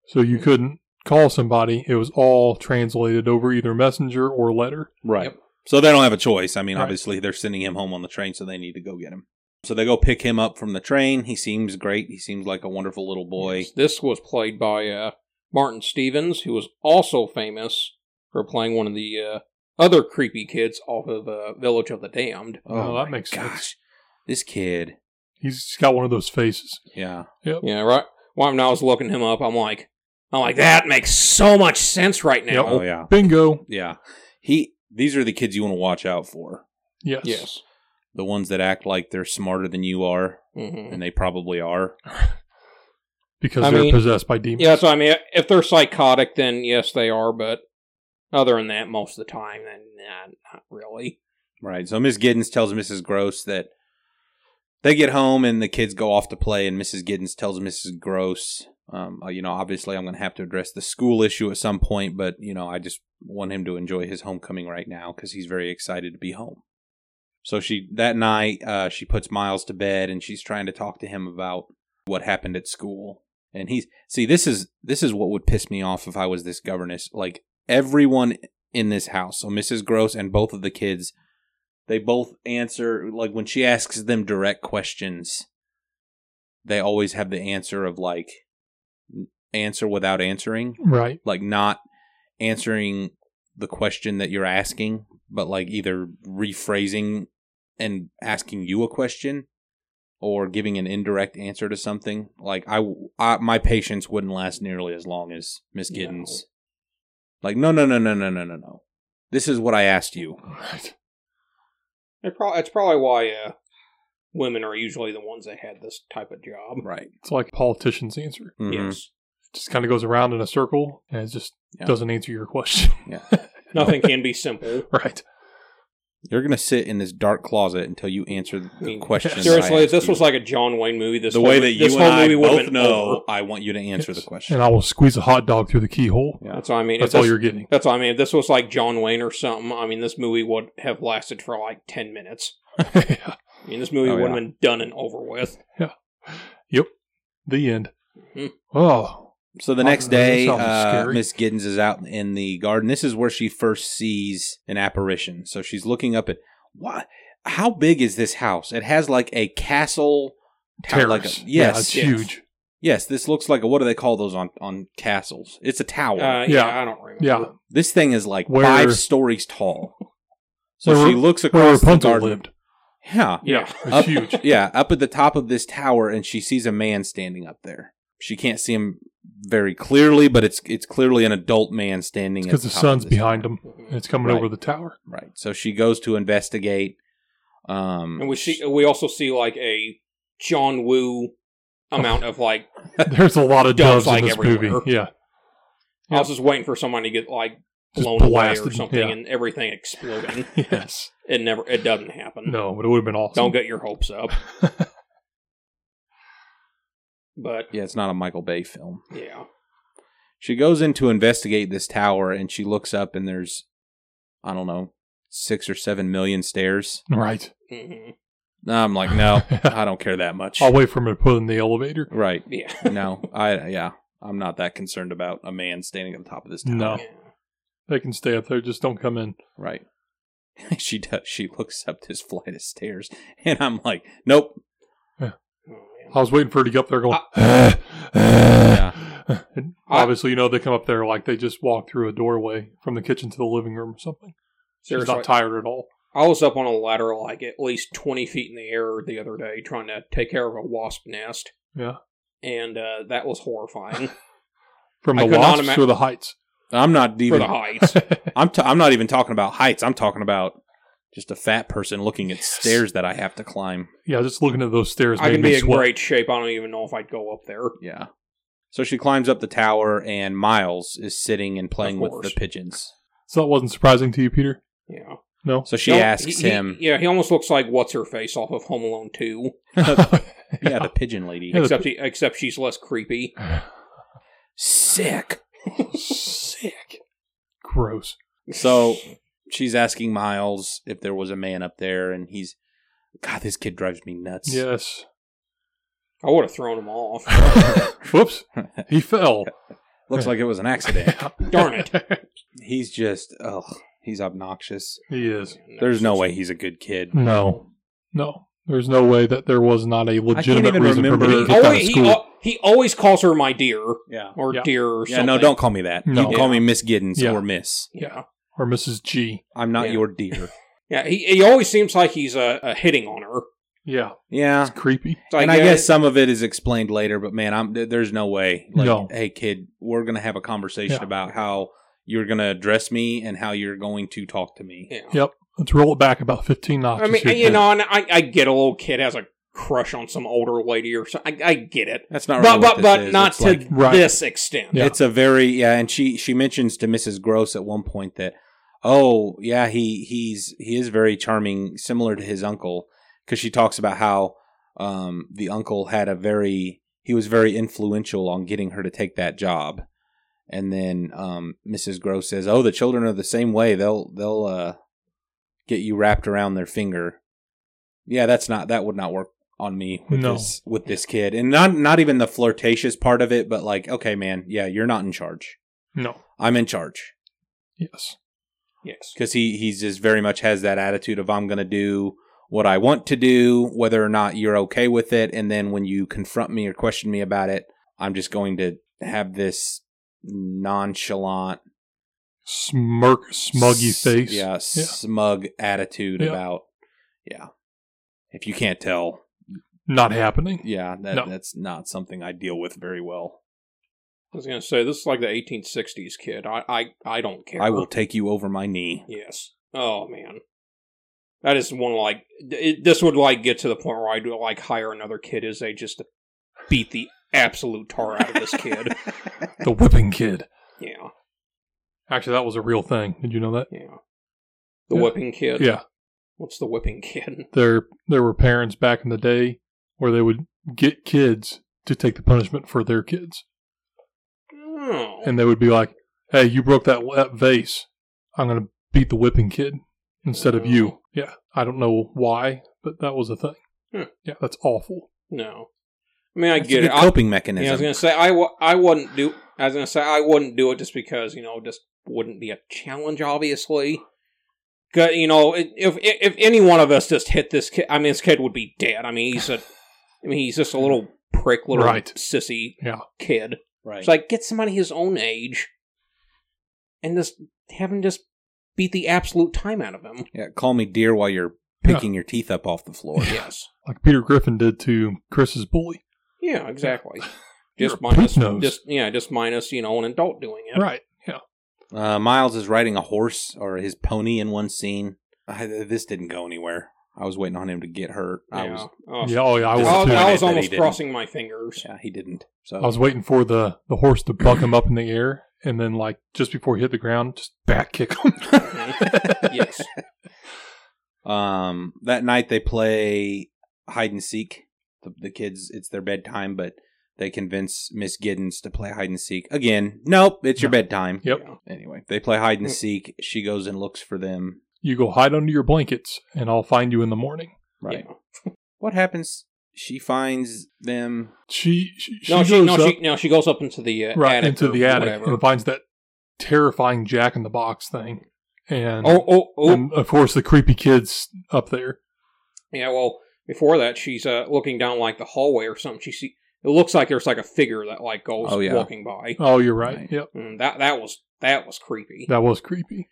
Speaker 3: So you couldn't call somebody. It was all translated over either messenger or letter.
Speaker 1: right
Speaker 2: Yep.
Speaker 1: so they don't have a choice i mean
Speaker 3: Right.
Speaker 1: obviously they're sending him home on the train so they need to go get him so they go pick him up from the train he seems great he seems like a wonderful little boy
Speaker 2: Yes. This was played by uh, Martin Stevens, who was also famous for playing one of the uh, other creepy kids off of uh, Village of the Damned.
Speaker 3: Oh, that
Speaker 1: my
Speaker 3: makes sense.
Speaker 1: gosh this kid
Speaker 3: He's got one of those faces.
Speaker 1: yeah
Speaker 2: Yeah, right. While I was looking him up, I'm like, I'm like, that makes so much sense right now.
Speaker 1: oh yeah
Speaker 3: Bingo.
Speaker 1: Yeah. He these are the kids you want to watch out for.
Speaker 3: Yes.
Speaker 2: Yes.
Speaker 1: The ones that act like they're smarter than you are,
Speaker 2: hmm
Speaker 1: and they probably are.
Speaker 3: Because
Speaker 2: I
Speaker 3: they're
Speaker 2: mean-
Speaker 3: possessed by demons.
Speaker 2: Yeah, so I mean, if they're psychotic, then yes, they are. But other than that, most of the time, then nah, not really.
Speaker 1: Right. So Miss Giddens tells Mrs. Gross that they get home and the kids go off to play, and Mrs. Giddens tells Mrs. Gross, um, uh, you know, obviously I'm going to have to address the school issue at some point, but, you know, I just want him to enjoy his homecoming right now because he's very excited to be home. So she, that night, uh, she puts Miles to bed and she's trying to talk to him about what happened at school. And he's, see, this is, this is what would piss me off if I was this governess. Like everyone in this house, so Mrs. Gross and both of the kids, they both answer like when she asks them direct questions they always have the answer of like n- answer without answering
Speaker 3: Right.
Speaker 1: like not answering the question that you're asking but like either rephrasing and asking you a question or giving an indirect answer to something like i, I my patience wouldn't last nearly as long as miss
Speaker 2: No.
Speaker 1: giddens like no no no no no no no no this is what i asked you
Speaker 3: Right.
Speaker 2: It prob- That's probably why uh, women are usually the ones that had this type of job.
Speaker 1: right
Speaker 3: It's like a politician's answer.
Speaker 1: Mhm.
Speaker 2: Yes,
Speaker 3: It just kind of goes around in a circle and it just
Speaker 1: Yeah.
Speaker 3: doesn't answer your question.
Speaker 2: nothing can be simple.
Speaker 3: right.
Speaker 1: You're gonna sit in this dark closet until you answer the
Speaker 2: I mean,
Speaker 1: question. that I
Speaker 2: Seriously, if
Speaker 1: asked
Speaker 2: this
Speaker 1: you.
Speaker 2: was like a John Wayne movie, this
Speaker 1: the
Speaker 2: whole,
Speaker 1: way that
Speaker 2: this
Speaker 1: you and
Speaker 2: whole
Speaker 1: I
Speaker 2: movie would have
Speaker 1: both
Speaker 2: been
Speaker 1: know,
Speaker 2: over.
Speaker 1: I want you to answer
Speaker 3: Yes.
Speaker 1: the question.
Speaker 3: And I will squeeze a hot dog through the keyhole.
Speaker 1: Yeah.
Speaker 2: That's what I mean. If
Speaker 3: That's all
Speaker 2: this-
Speaker 3: you're getting.
Speaker 2: That's what I mean. If this was like John Wayne or something, I mean, this movie would have lasted for like ten minutes.
Speaker 3: Yeah.
Speaker 2: I mean, this movie
Speaker 1: Oh,
Speaker 2: would
Speaker 1: yeah.
Speaker 2: have been done and over with.
Speaker 3: The end.
Speaker 2: Mhm.
Speaker 3: Oh.
Speaker 1: So the
Speaker 3: Oh,
Speaker 1: next
Speaker 3: that
Speaker 1: day,
Speaker 3: sounds
Speaker 1: uh,
Speaker 3: scary.
Speaker 1: Miss Giddens is out in the garden. This is where she first sees an apparition. So she's looking up at what? How big is this house? It has like a castle. tower-
Speaker 3: Terrace.
Speaker 1: like a-
Speaker 3: yeah,
Speaker 1: yes,
Speaker 3: it's
Speaker 2: yes.
Speaker 3: huge.
Speaker 1: yes. This looks like a, what do they call those on on castles? It's a tower.
Speaker 2: Uh, yeah.
Speaker 3: Yeah.
Speaker 2: I don't remember.
Speaker 3: Yeah.
Speaker 1: this thing is like
Speaker 3: Where-
Speaker 1: five stories tall. So
Speaker 3: Where-
Speaker 1: she looks
Speaker 3: Where
Speaker 1: across the
Speaker 3: Rapunzel
Speaker 1: garden.
Speaker 3: lived.
Speaker 1: Yeah.
Speaker 2: yeah,
Speaker 3: It's huge.
Speaker 1: yeah, up at the top of this tower, and she sees a man standing up there. She can't see him very clearly, but it's it's clearly an adult man standing.
Speaker 3: because
Speaker 1: at
Speaker 3: the
Speaker 1: top
Speaker 3: sun's
Speaker 1: of this
Speaker 3: behind
Speaker 1: tower.
Speaker 3: them
Speaker 2: Mm-hmm.
Speaker 3: and it's coming
Speaker 1: Right.
Speaker 3: over the tower.
Speaker 1: Right. So she goes to investigate. Um,
Speaker 2: and we see we also see like a John Woo amount of like.
Speaker 3: There's a lot of
Speaker 2: Doves,
Speaker 3: doves,
Speaker 2: like,
Speaker 3: in this
Speaker 2: everywhere.
Speaker 3: movie. Yeah,
Speaker 2: I was just waiting for somebody to get like
Speaker 3: Just
Speaker 2: blown away or
Speaker 3: blasted,
Speaker 2: something,
Speaker 3: yeah.
Speaker 2: and everything exploding.
Speaker 3: yes.
Speaker 2: it never. It doesn't happen.
Speaker 3: No, but it would have been awesome.
Speaker 2: Don't get your hopes up. But
Speaker 1: Yeah, it's not a Michael Bay film.
Speaker 2: yeah,
Speaker 1: She goes in to investigate this tower and she looks up and there's, I don't know, six or seven million stairs.
Speaker 3: Right.
Speaker 2: hmm
Speaker 1: I'm like, no, I don't care that much.
Speaker 3: I'll wait for him to put in the elevator.
Speaker 1: Right.
Speaker 2: yeah.
Speaker 1: No, I, yeah, I'm not that concerned about a man standing at the top of this tower.
Speaker 3: No.
Speaker 2: Yeah.
Speaker 3: They can stay up there, just don't come in.
Speaker 1: Right. she does. She looks up this flight of stairs and I'm like, nope.
Speaker 2: Oh, man.
Speaker 3: I was waiting for her to go up there going, And
Speaker 2: I-
Speaker 3: obviously, you know, they come up there like they just walk through a doorway from the kitchen to the living room or something. She's
Speaker 2: Seriously.
Speaker 3: not tired at all.
Speaker 2: I was up on a ladder like at least 20 feet in the air the other day trying to take care of a wasp nest.
Speaker 3: Yeah.
Speaker 2: And uh, that was horrifying
Speaker 3: From
Speaker 2: I
Speaker 3: the
Speaker 2: could not
Speaker 3: lofts
Speaker 2: ima-
Speaker 3: or the heights.
Speaker 1: I'm not
Speaker 2: for
Speaker 1: even.
Speaker 2: the heights.
Speaker 1: I'm. T- I'm not even talking about heights. I'm talking about just a fat person looking at stairs that I have to climb.
Speaker 3: Yeah, just looking at those stairs.
Speaker 2: I
Speaker 3: made
Speaker 2: can be
Speaker 3: me
Speaker 2: in
Speaker 3: sweat.
Speaker 2: great shape. I don't even know if I'd go up there.
Speaker 1: Yeah. So she climbs up the tower, and Miles is sitting and playing with the
Speaker 2: course.
Speaker 1: pigeons.
Speaker 3: So that wasn't surprising to you, Peter?
Speaker 2: Yeah.
Speaker 3: No?
Speaker 1: So she
Speaker 2: He al-
Speaker 1: asks
Speaker 2: he- he-
Speaker 1: him,
Speaker 2: yeah, he almost looks like what's her face off of Home Alone 2,
Speaker 1: "Yeah, the pigeon lady,
Speaker 3: Yeah, the-
Speaker 2: except he, except she's less creepy.
Speaker 1: sick."
Speaker 3: Sick. Gross.
Speaker 1: So she's asking Miles if there was a man up there, and he's, "God, this kid drives me nuts."
Speaker 3: Yes.
Speaker 2: I would have thrown him off.
Speaker 3: Whoops. He fell.
Speaker 1: Looks like it was an accident.
Speaker 2: Darn it.
Speaker 1: he's just, ugh, he's obnoxious.
Speaker 3: He is.
Speaker 1: There's no way he's a good kid.
Speaker 3: Hmm. No. No. There's no way that there was not a legitimate
Speaker 1: even
Speaker 3: reason for
Speaker 1: remember
Speaker 3: her to
Speaker 1: the-
Speaker 2: He
Speaker 3: get out of
Speaker 2: always, Oh, he,
Speaker 3: school.
Speaker 2: al- he always calls her my dear
Speaker 1: Yeah.
Speaker 2: or
Speaker 3: Yeah.
Speaker 2: dear or
Speaker 1: Yeah,
Speaker 2: something.
Speaker 1: no, don't call me that.
Speaker 3: No.
Speaker 1: You can call me Miss Giddens
Speaker 3: Yeah.
Speaker 1: or Miss.
Speaker 2: Yeah.
Speaker 3: or Mrs. G.
Speaker 1: I'm not
Speaker 2: Yeah.
Speaker 1: your dear.
Speaker 2: Yeah, he, he always seems like he's uh, uh, hitting on her.
Speaker 3: Yeah.
Speaker 1: Yeah.
Speaker 3: It's creepy.
Speaker 2: It's like,
Speaker 1: and I
Speaker 2: yeah,
Speaker 1: guess some of it is explained later, but man, I'm th- there's no way. Like,
Speaker 3: No.
Speaker 1: hey kid, we're gonna have a conversation
Speaker 3: Yeah.
Speaker 1: about how you're gonna address me and how you're going to talk to me.
Speaker 2: Yeah.
Speaker 3: Yep. Let's roll it back about 15 notches.
Speaker 2: I mean,
Speaker 3: here,
Speaker 2: you
Speaker 3: kid.
Speaker 2: know, and I, I get a little kid has a crush on some older lady or something. I, I get it,
Speaker 1: That's not
Speaker 2: but
Speaker 1: really what this
Speaker 2: but but
Speaker 1: is.
Speaker 2: not
Speaker 1: It's
Speaker 2: to
Speaker 1: like-
Speaker 3: Right.
Speaker 2: this extent.
Speaker 3: Yeah.
Speaker 1: It's a very yeah, and she she mentions to Mrs. Gross at one point that oh yeah he he's he is very charming, similar to his uncle, because she talks about how um, the uncle had a very he was very influential on getting her to take that job, and then um, Mrs. Gross says oh the children are the same way they'll they'll uh, get you wrapped around their finger. Yeah, that's not that would not work on me with
Speaker 3: No.
Speaker 1: this with this kid. And not not even the flirtatious part of it, but like, okay, man, yeah, you're not in charge.
Speaker 3: No.
Speaker 1: I'm in charge
Speaker 3: Yes.
Speaker 2: Yes,
Speaker 1: because he he's just very much has that attitude of I'm gonna do what I want to do, whether or not you're okay with it. And then when you confront me or question me about it, I'm just going to have this nonchalant,
Speaker 3: Smirk, smuggy
Speaker 1: s-
Speaker 3: face.
Speaker 1: yeah, smug attitude
Speaker 3: Yeah.
Speaker 1: about, yeah. If you can't tell,
Speaker 3: Not happening.
Speaker 1: yeah, that,
Speaker 3: No.
Speaker 1: that's not something I deal with very well.
Speaker 2: I was gonna say this is like the 1860s kid. I I, I don't care.
Speaker 1: I will take you over my knee.
Speaker 2: Yes. Oh man, that is one like it, this would like get to the point where I'd like hire another kid as they just to beat the absolute tar out of this kid.
Speaker 3: The whipping kid.
Speaker 2: yeah,
Speaker 3: Actually, that was a real thing. Did you know that?
Speaker 2: yeah. The
Speaker 3: Yeah.
Speaker 2: whipping kid.
Speaker 3: Yeah.
Speaker 2: What's the whipping kid?
Speaker 3: There, there were parents back in the day where they would get kids to take the punishment for their kids.
Speaker 2: Oh.
Speaker 3: and they would be like, "Hey, you broke that, that vase. I'm gonna beat the whipping kid instead of
Speaker 2: Oh.
Speaker 3: you." Yeah, I don't know why, but that was a thing.
Speaker 2: Hmm.
Speaker 3: Yeah, that's awful.
Speaker 2: No, I mean I
Speaker 1: It's a
Speaker 2: get
Speaker 1: good
Speaker 2: it. I,
Speaker 1: coping
Speaker 2: yeah,
Speaker 1: mechanism.
Speaker 2: I was gonna say I, w- I wouldn't do. I was gonna say I wouldn't do it just because you know just wouldn't be a challenge. Obviously, 'Cause, you know i- if if any one of us just hit this kid, I mean this kid would be dead. I mean he's a, I mean he's just a little prick, little
Speaker 3: Right.
Speaker 2: sissy
Speaker 3: Yeah.
Speaker 2: kid.
Speaker 1: right.
Speaker 2: It's like get somebody his own age, and just have him just beat the absolute time out of him.
Speaker 1: yeah, call me dear while you're picking your teeth up off the floor.
Speaker 2: Yes.
Speaker 3: Like Peter Griffin did to Chris's bully.
Speaker 2: Yeah, exactly.
Speaker 3: You're
Speaker 2: Just
Speaker 3: a poop
Speaker 2: minus,
Speaker 3: nose.
Speaker 2: just yeah, just minus you know an adult doing it.
Speaker 3: Right. Yeah.
Speaker 1: Uh, Miles is riding a horse or his pony in one scene. I, this didn't go anywhere. I was waiting on him to get hurt.
Speaker 2: Yeah.
Speaker 1: I was.
Speaker 2: Oh,
Speaker 3: Yeah. Oh, yeah. I
Speaker 2: I
Speaker 1: This
Speaker 3: was,
Speaker 1: is
Speaker 2: was,
Speaker 3: too.
Speaker 1: disappointed
Speaker 2: I was
Speaker 1: that he
Speaker 2: almost
Speaker 1: didn't.
Speaker 2: crossing my fingers.
Speaker 1: Yeah, he didn't. So
Speaker 3: I was waiting for the the horse to buck him up in the air, and then like just before he hit the ground, just back kick him.
Speaker 2: yes.
Speaker 1: Um, that night they play hide and seek. The, the kids, it's their bedtime, but They convince Miss Giddens to play hide and seek. Again, nope, it's your bedtime.
Speaker 3: Yep.
Speaker 1: Anyway, they play hide
Speaker 2: Mm.
Speaker 1: and seek. She goes and looks for them.
Speaker 3: You go hide under your blankets, and I'll find you in the morning.
Speaker 1: Right. What happens? She finds them.
Speaker 3: She she, she
Speaker 2: No, she,
Speaker 3: goes
Speaker 2: no,
Speaker 3: up
Speaker 2: she, no, she goes up into the uh,
Speaker 3: right
Speaker 2: attic
Speaker 3: into
Speaker 2: or
Speaker 3: the attic
Speaker 2: whatever.
Speaker 3: and finds that terrifying Jack in the Box thing, and
Speaker 2: Oh, oh, oh!
Speaker 3: and of course the creepy kids up there.
Speaker 2: Yeah, well, before that, she's uh, looking down like the hallway or something. She see it looks like there's like a figure that like goes
Speaker 1: Oh, yeah.
Speaker 2: walking by.
Speaker 3: Oh, you're right.
Speaker 1: Right.
Speaker 3: Yep,
Speaker 2: Mm, that that was that was creepy.
Speaker 3: that was creepy.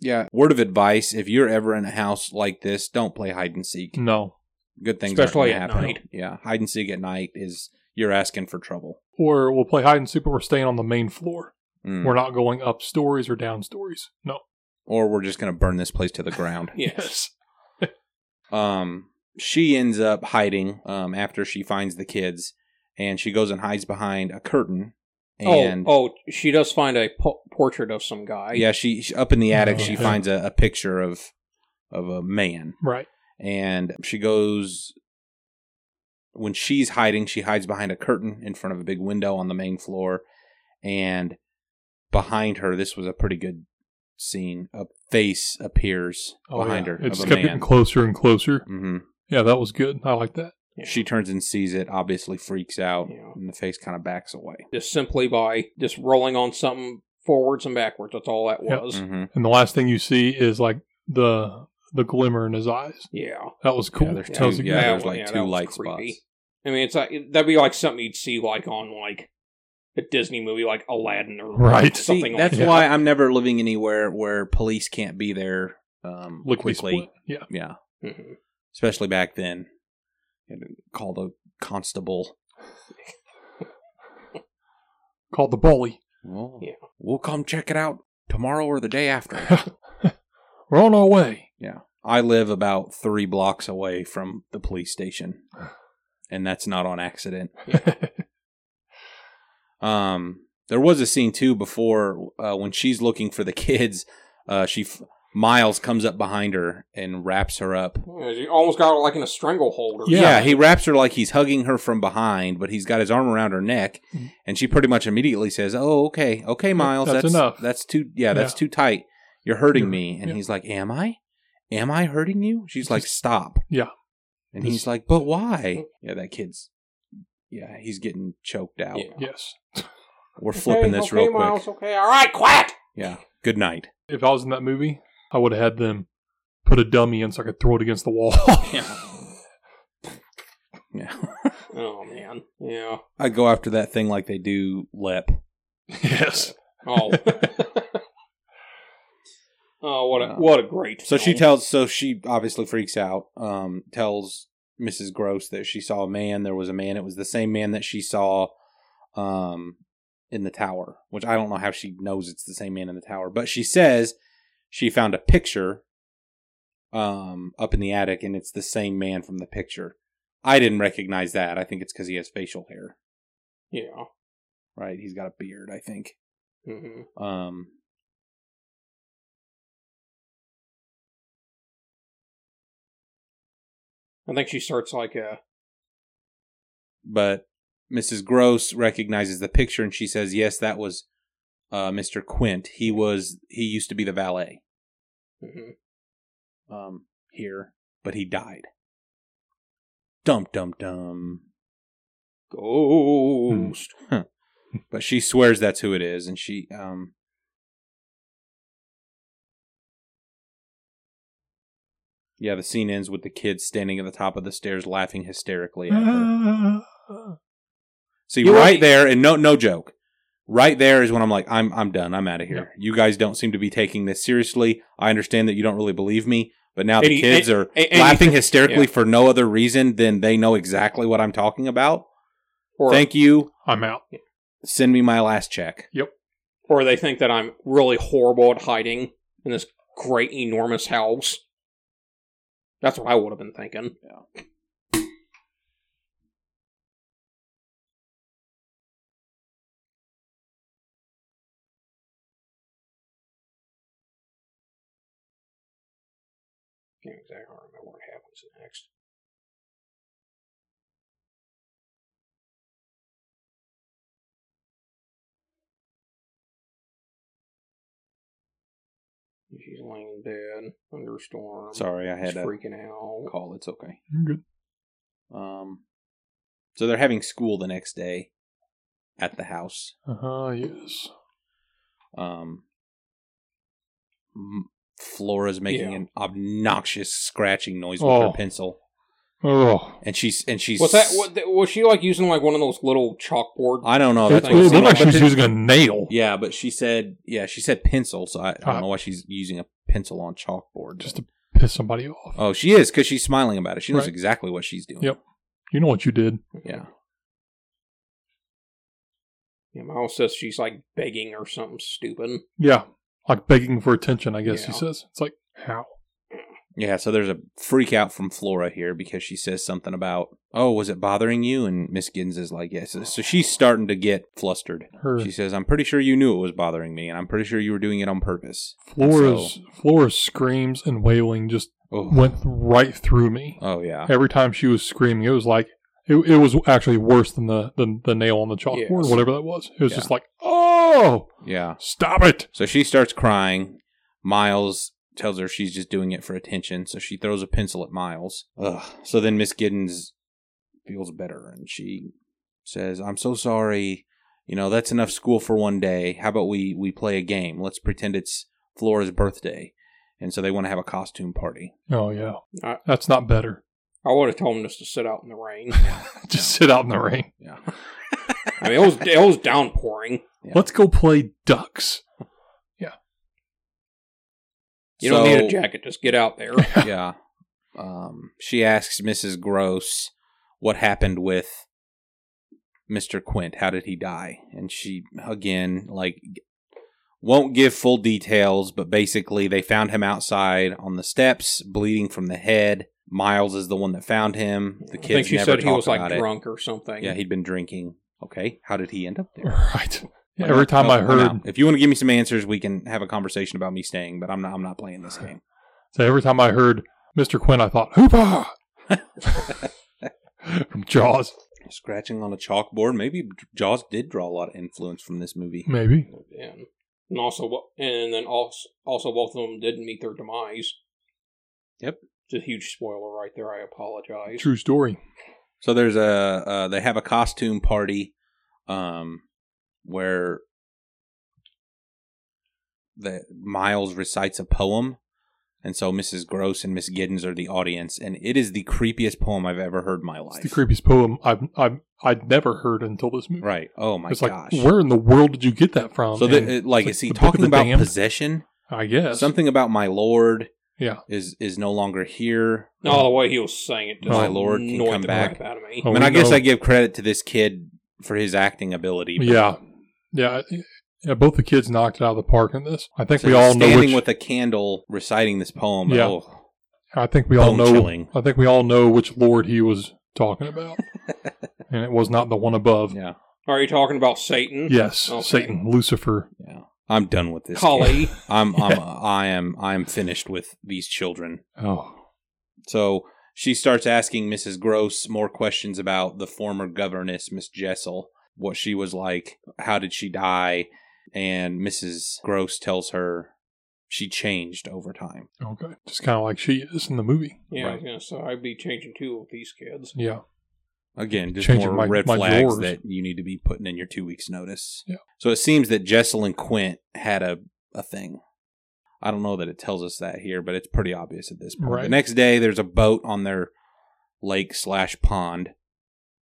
Speaker 1: Yeah. Word of advice: If you're ever in a house like this, don't play hide and seek.
Speaker 3: No,
Speaker 1: Good things
Speaker 2: Mm. Especially
Speaker 1: aren't gonna happen.
Speaker 2: at night.
Speaker 1: Yeah, hide and seek at night is you're asking for trouble.
Speaker 3: or we'll play hide and seek, but we're staying on the main floor.
Speaker 2: Hmm.
Speaker 1: Mm.
Speaker 3: We're not going up stories or down stories. No.
Speaker 1: or we're just gonna burn this place to the ground.
Speaker 2: yes.
Speaker 1: Um, she ends up hiding um, after she finds the kids, and she goes and hides behind a curtain. And
Speaker 2: oh, oh, she does find a po- portrait of some guy.
Speaker 1: yeah, she she- up in the attic.
Speaker 3: Oh,
Speaker 1: she
Speaker 3: okay.
Speaker 1: finds a, a picture of of a man,
Speaker 3: Right.
Speaker 1: and she goes. When she's hiding, she hides behind a curtain in front of a big window on the main floor, and behind her, this was a pretty good scene. A face appears
Speaker 3: Oh,
Speaker 1: behind
Speaker 3: yeah.
Speaker 1: her
Speaker 3: It
Speaker 1: of
Speaker 3: just
Speaker 1: a
Speaker 3: kept
Speaker 1: man.
Speaker 3: getting closer and closer.
Speaker 1: hmm
Speaker 3: Yeah, that was good. I like that.
Speaker 1: She turns and sees it, obviously freaks out,
Speaker 2: Yeah.
Speaker 1: and the face kind of backs away.
Speaker 2: Just simply by just rolling on something forwards and backwards. That's all that
Speaker 3: Yep.
Speaker 2: was.
Speaker 1: Mm.
Speaker 3: And the last thing you see is like the the glimmer in his eyes.
Speaker 2: Yeah.
Speaker 3: That was
Speaker 1: Yeah,
Speaker 3: cool.
Speaker 1: there's
Speaker 3: that
Speaker 1: two,
Speaker 3: was a
Speaker 1: yeah,
Speaker 3: good-
Speaker 2: That
Speaker 1: there's
Speaker 2: one,
Speaker 1: like
Speaker 2: yeah, that
Speaker 1: two
Speaker 2: was
Speaker 1: light
Speaker 2: creepy.
Speaker 1: spots.
Speaker 2: I mean, it's like that'd be like something you'd see like on like a Disney movie, like Aladdin or
Speaker 3: Right.
Speaker 1: See,
Speaker 2: something.
Speaker 1: that's
Speaker 2: like
Speaker 1: why
Speaker 2: That.
Speaker 1: I'm never living anywhere where police can't be there um,
Speaker 3: Lickety
Speaker 1: quickly.
Speaker 3: split. Yeah.
Speaker 1: Yeah,
Speaker 2: Mhm.
Speaker 1: especially back then. You had to call the constable.
Speaker 3: Called the bully. Oh.
Speaker 1: Well,
Speaker 2: Yeah.
Speaker 1: we'll come check it out tomorrow or the day after.
Speaker 3: We're on our way.
Speaker 1: I live about three blocks away from the police station, and that's not on accident. Um, there was a scene too before uh, when she's looking for the kids. Uh, she f- Miles comes up behind her and wraps her up.
Speaker 2: Yeah, you almost got her like in a stranglehold. Or
Speaker 1: Yeah.
Speaker 3: Yeah.
Speaker 1: he wraps her like he's hugging her from behind, but he's got his arm around her neck,
Speaker 3: Mhm.
Speaker 1: and she pretty much immediately says, "Oh, okay, okay, Miles,
Speaker 3: that's
Speaker 1: that's
Speaker 3: enough.
Speaker 1: That's too, yeah, that's
Speaker 3: Yeah.
Speaker 1: too tight. You're hurting
Speaker 3: You're-
Speaker 1: me." And
Speaker 3: yeah.
Speaker 1: he's like, "Am I? Am I hurting you?" She's like,
Speaker 3: Just-
Speaker 1: "Stop."
Speaker 3: Yeah. Oh.
Speaker 1: and he's like, "But why?" Yeah, that kid's. Yeah, he's getting choked out.
Speaker 2: Yeah.
Speaker 3: yes.
Speaker 1: We're
Speaker 2: Okay,
Speaker 1: flipping this
Speaker 2: okay,
Speaker 1: real quick.
Speaker 2: Miles, okay, all right, quiet.
Speaker 1: Yeah. Good night.
Speaker 3: If I was in that movie, I would have had them put a dummy in so I could throw it against the wall.
Speaker 1: Yeah.
Speaker 2: Oh man, yeah.
Speaker 1: I'd go after that thing like they do Lep.
Speaker 3: yes.
Speaker 2: Oh. oh, what a
Speaker 1: Uh,
Speaker 2: what a great.
Speaker 1: So she
Speaker 2: film.
Speaker 1: tells so she obviously freaks out, um, tells Mrs. Gross that she saw a man, there was a man, it was the same man that she saw um in the tower, which I don't know how she knows it's the same man in the tower, but she says she found a picture um up in the attic and it's the same man from the picture. I didn't recognize that. I think it's because he has facial hair,
Speaker 2: Yeah.
Speaker 1: right? He's got a beard, I think.
Speaker 2: hmm
Speaker 1: Um,
Speaker 2: I think she starts like uh, a.
Speaker 1: but Mrs. Gross recognizes the picture and she says, "Yes, that was uh, Mr. Quint. He was he used to be the valet
Speaker 2: mhm.
Speaker 1: um, here, but he died." Dum dum dum.
Speaker 2: Ghost.
Speaker 1: Hmm. But she swears that's who it is, and she um. Yeah, the scene ends with the kids standing at the top of the stairs, laughing hysterically at her. See,
Speaker 2: You
Speaker 1: right
Speaker 2: already-
Speaker 1: there, and no, no joke. Right there is when I'm like, I'm, I'm done. I'm out of here. You guys don't seem to be taking this seriously. I understand that you don't really believe me, but now
Speaker 2: And
Speaker 1: the
Speaker 2: he-
Speaker 1: kids are
Speaker 2: and- and
Speaker 1: Hmm. laughing
Speaker 2: he-
Speaker 1: hysterically
Speaker 2: yeah.
Speaker 1: for no other reason than they know exactly what I'm talking about.
Speaker 2: Or,
Speaker 1: Thank you.
Speaker 3: I'm out.
Speaker 1: Send me my last check.
Speaker 2: or they think that I'm really horrible at hiding in this great enormous house. That's what I would have been thinking. Can't exactly remember what happens next. She's laying in bed, thunderstorm.
Speaker 1: Sorry, I
Speaker 2: She's
Speaker 1: had a
Speaker 2: freaking out.
Speaker 1: call. It's okay.
Speaker 3: I'm good.
Speaker 1: Um, so they're having school the next day at the house.
Speaker 3: Uh huh. Yes.
Speaker 1: Um, M- Flora's making
Speaker 2: Yeah.
Speaker 1: an obnoxious scratching noise with
Speaker 3: Oh.
Speaker 1: her pencil,
Speaker 3: Oh,
Speaker 1: and she's and she's
Speaker 2: What's that? What, was she like using like one of those little chalkboard?
Speaker 1: I don't know.
Speaker 3: it,
Speaker 1: That's
Speaker 3: it
Speaker 1: what it
Speaker 3: looked
Speaker 1: seemed
Speaker 3: like
Speaker 1: like.
Speaker 3: she
Speaker 1: But
Speaker 3: was
Speaker 1: she-
Speaker 3: using a nail.
Speaker 1: yeah, but she said yeah, she said pencil. So I, I don't
Speaker 3: Ah.
Speaker 1: know why she's using a pencil on chalkboard.
Speaker 3: Just to piss somebody off.
Speaker 1: oh, she is because she's smiling about it. She knows
Speaker 3: Right.
Speaker 1: exactly what she's doing.
Speaker 3: Yep. You know what you did.
Speaker 1: Yeah.
Speaker 2: Yeah, Miles says she's like begging or something stupid.
Speaker 3: Yeah. Like begging for attention, I guess he
Speaker 2: Yeah.
Speaker 3: says. It's like, how?
Speaker 1: Yeah, so there's a freak out from Flora here because she says something about, "Oh, was it bothering you?" And Miss Giddens is like, "Yes." So she's starting to get flustered.
Speaker 3: Her
Speaker 1: She says, "I'm pretty sure you knew it was bothering me, and I'm pretty sure you were doing it on purpose."
Speaker 3: Flora's Flora's screams and wailing just
Speaker 1: Oh,
Speaker 3: went right through me.
Speaker 1: oh yeah,
Speaker 3: Every time she was screaming, it was like it, it was actually worse than the, the the nail on the chalkboard,
Speaker 2: Yes.
Speaker 3: whatever that was. It was
Speaker 1: Yeah.
Speaker 3: just like, oh,
Speaker 1: yeah.
Speaker 3: stop it!
Speaker 1: So she starts crying. Miles tells her she's just doing it for attention, so she throws a pencil at Miles. Ugh. So then Miss Giddens feels better and she says, "I'm so sorry. You know, that's enough school for one day. How about we we play a game? Let's pretend it's Flora's birthday." And so they want to have a costume party.
Speaker 3: Oh yeah,
Speaker 1: Uh,
Speaker 2: I-
Speaker 3: that's not better.
Speaker 2: I would have told him just to sit out in the rain.
Speaker 3: just sit out in the rain.
Speaker 1: Yeah.
Speaker 2: I mean, it was it was downpouring.
Speaker 1: Yeah.
Speaker 3: Let's go play ducks.
Speaker 2: You don't need
Speaker 1: So-
Speaker 2: a jacket. Just get out there.
Speaker 1: yeah. Um, she asks Mrs. Gross what happened with Mr. Quint. How did he die? And she again like won't give full details, but basically they found him outside on the steps, bleeding from the head. Miles is the one that found him. The
Speaker 2: I
Speaker 1: kids
Speaker 2: think she
Speaker 1: never
Speaker 2: said he
Speaker 1: talk
Speaker 2: was like
Speaker 1: about it.
Speaker 2: drunk or something.
Speaker 1: Yeah, he'd been drinking. Okay, how did he end up there?
Speaker 3: Right. Every time
Speaker 1: Oh,
Speaker 3: I
Speaker 1: I'm
Speaker 3: heard,
Speaker 1: out. if you want to give me some answers, we can have a conversation about me staying. But I'm not. I'm not playing this game.
Speaker 3: so every time I heard Mr. Quinn, I thought, hoopah! From Jaws,
Speaker 1: scratching on a chalkboard. Maybe Jaws did draw a lot of influence from this movie.
Speaker 3: maybe.
Speaker 2: and, and also bo- and then also, also both of them didn't meet their demise.
Speaker 1: Yep.
Speaker 2: It's a huge spoiler right there. I apologize.
Speaker 3: True story.
Speaker 1: So there's a uh, they have a costume party, um, where the Miles recites a poem, and so Mrs. Gross and Miss Giddens are the audience, and it is the creepiest poem I've ever heard in my life.
Speaker 3: It's the creepiest poem I've, I've I'd never heard until this movie.
Speaker 1: right? Oh my
Speaker 3: it's like,
Speaker 1: gosh!
Speaker 3: where in the world did you get that from?
Speaker 1: so that
Speaker 3: And
Speaker 1: it, like,
Speaker 3: it's
Speaker 1: is he
Speaker 3: the Book of
Speaker 1: talking
Speaker 3: the
Speaker 1: about
Speaker 3: Damned?
Speaker 1: possession?
Speaker 3: I guess
Speaker 1: Something about my lord
Speaker 3: Yeah.
Speaker 1: is is no longer here.
Speaker 2: No, the way he was saying it, just
Speaker 1: My lord can
Speaker 2: annoyed
Speaker 1: come
Speaker 2: the
Speaker 1: back.
Speaker 2: crap out of me.
Speaker 3: Oh,
Speaker 1: I mean,
Speaker 3: we
Speaker 1: I guess
Speaker 3: know-
Speaker 1: I give credit to this kid for his acting ability. but
Speaker 3: Yeah, yeah, yeah. Both the kids knocked it out of the park in this. I think
Speaker 1: so
Speaker 3: we all know
Speaker 1: standing
Speaker 3: which.
Speaker 1: with a candle reciting this poem.
Speaker 3: Yeah.
Speaker 1: Oh,
Speaker 3: I think we all know.
Speaker 1: bone-chilling.
Speaker 3: I think we all know which lord he was talking about, and it was not the one above.
Speaker 1: yeah,
Speaker 2: Are you talking about Satan?
Speaker 3: Yes,
Speaker 2: Okay.
Speaker 3: Satan, Lucifer.
Speaker 1: yeah. I'm done with this. kid.
Speaker 2: Kali.
Speaker 1: I'm, I'm, I am, I am finished with these children.
Speaker 3: Oh,
Speaker 1: So she starts asking Mrs. Gross more questions about the former governess, Miss Jessel, what she was like, how did she die, and Mrs. Gross tells her she changed over time.
Speaker 3: okay. Just kind of like she is in the movie.
Speaker 2: yeah, I
Speaker 1: Right.
Speaker 2: was gonna say I'd be changing two of these kids.
Speaker 3: Yeah,
Speaker 1: Again, just
Speaker 3: Changing
Speaker 1: more
Speaker 3: my-
Speaker 1: red
Speaker 3: my
Speaker 1: flags
Speaker 3: drawers.
Speaker 1: that you need to be putting in your two weeks' notice.
Speaker 3: Yeah.
Speaker 1: So it seems that Jessel and Quint had a, a thing. I don't know that it tells us that here, but it's pretty obvious at this point. The
Speaker 3: Right.
Speaker 1: next day, there's a boat on their lake slash pond.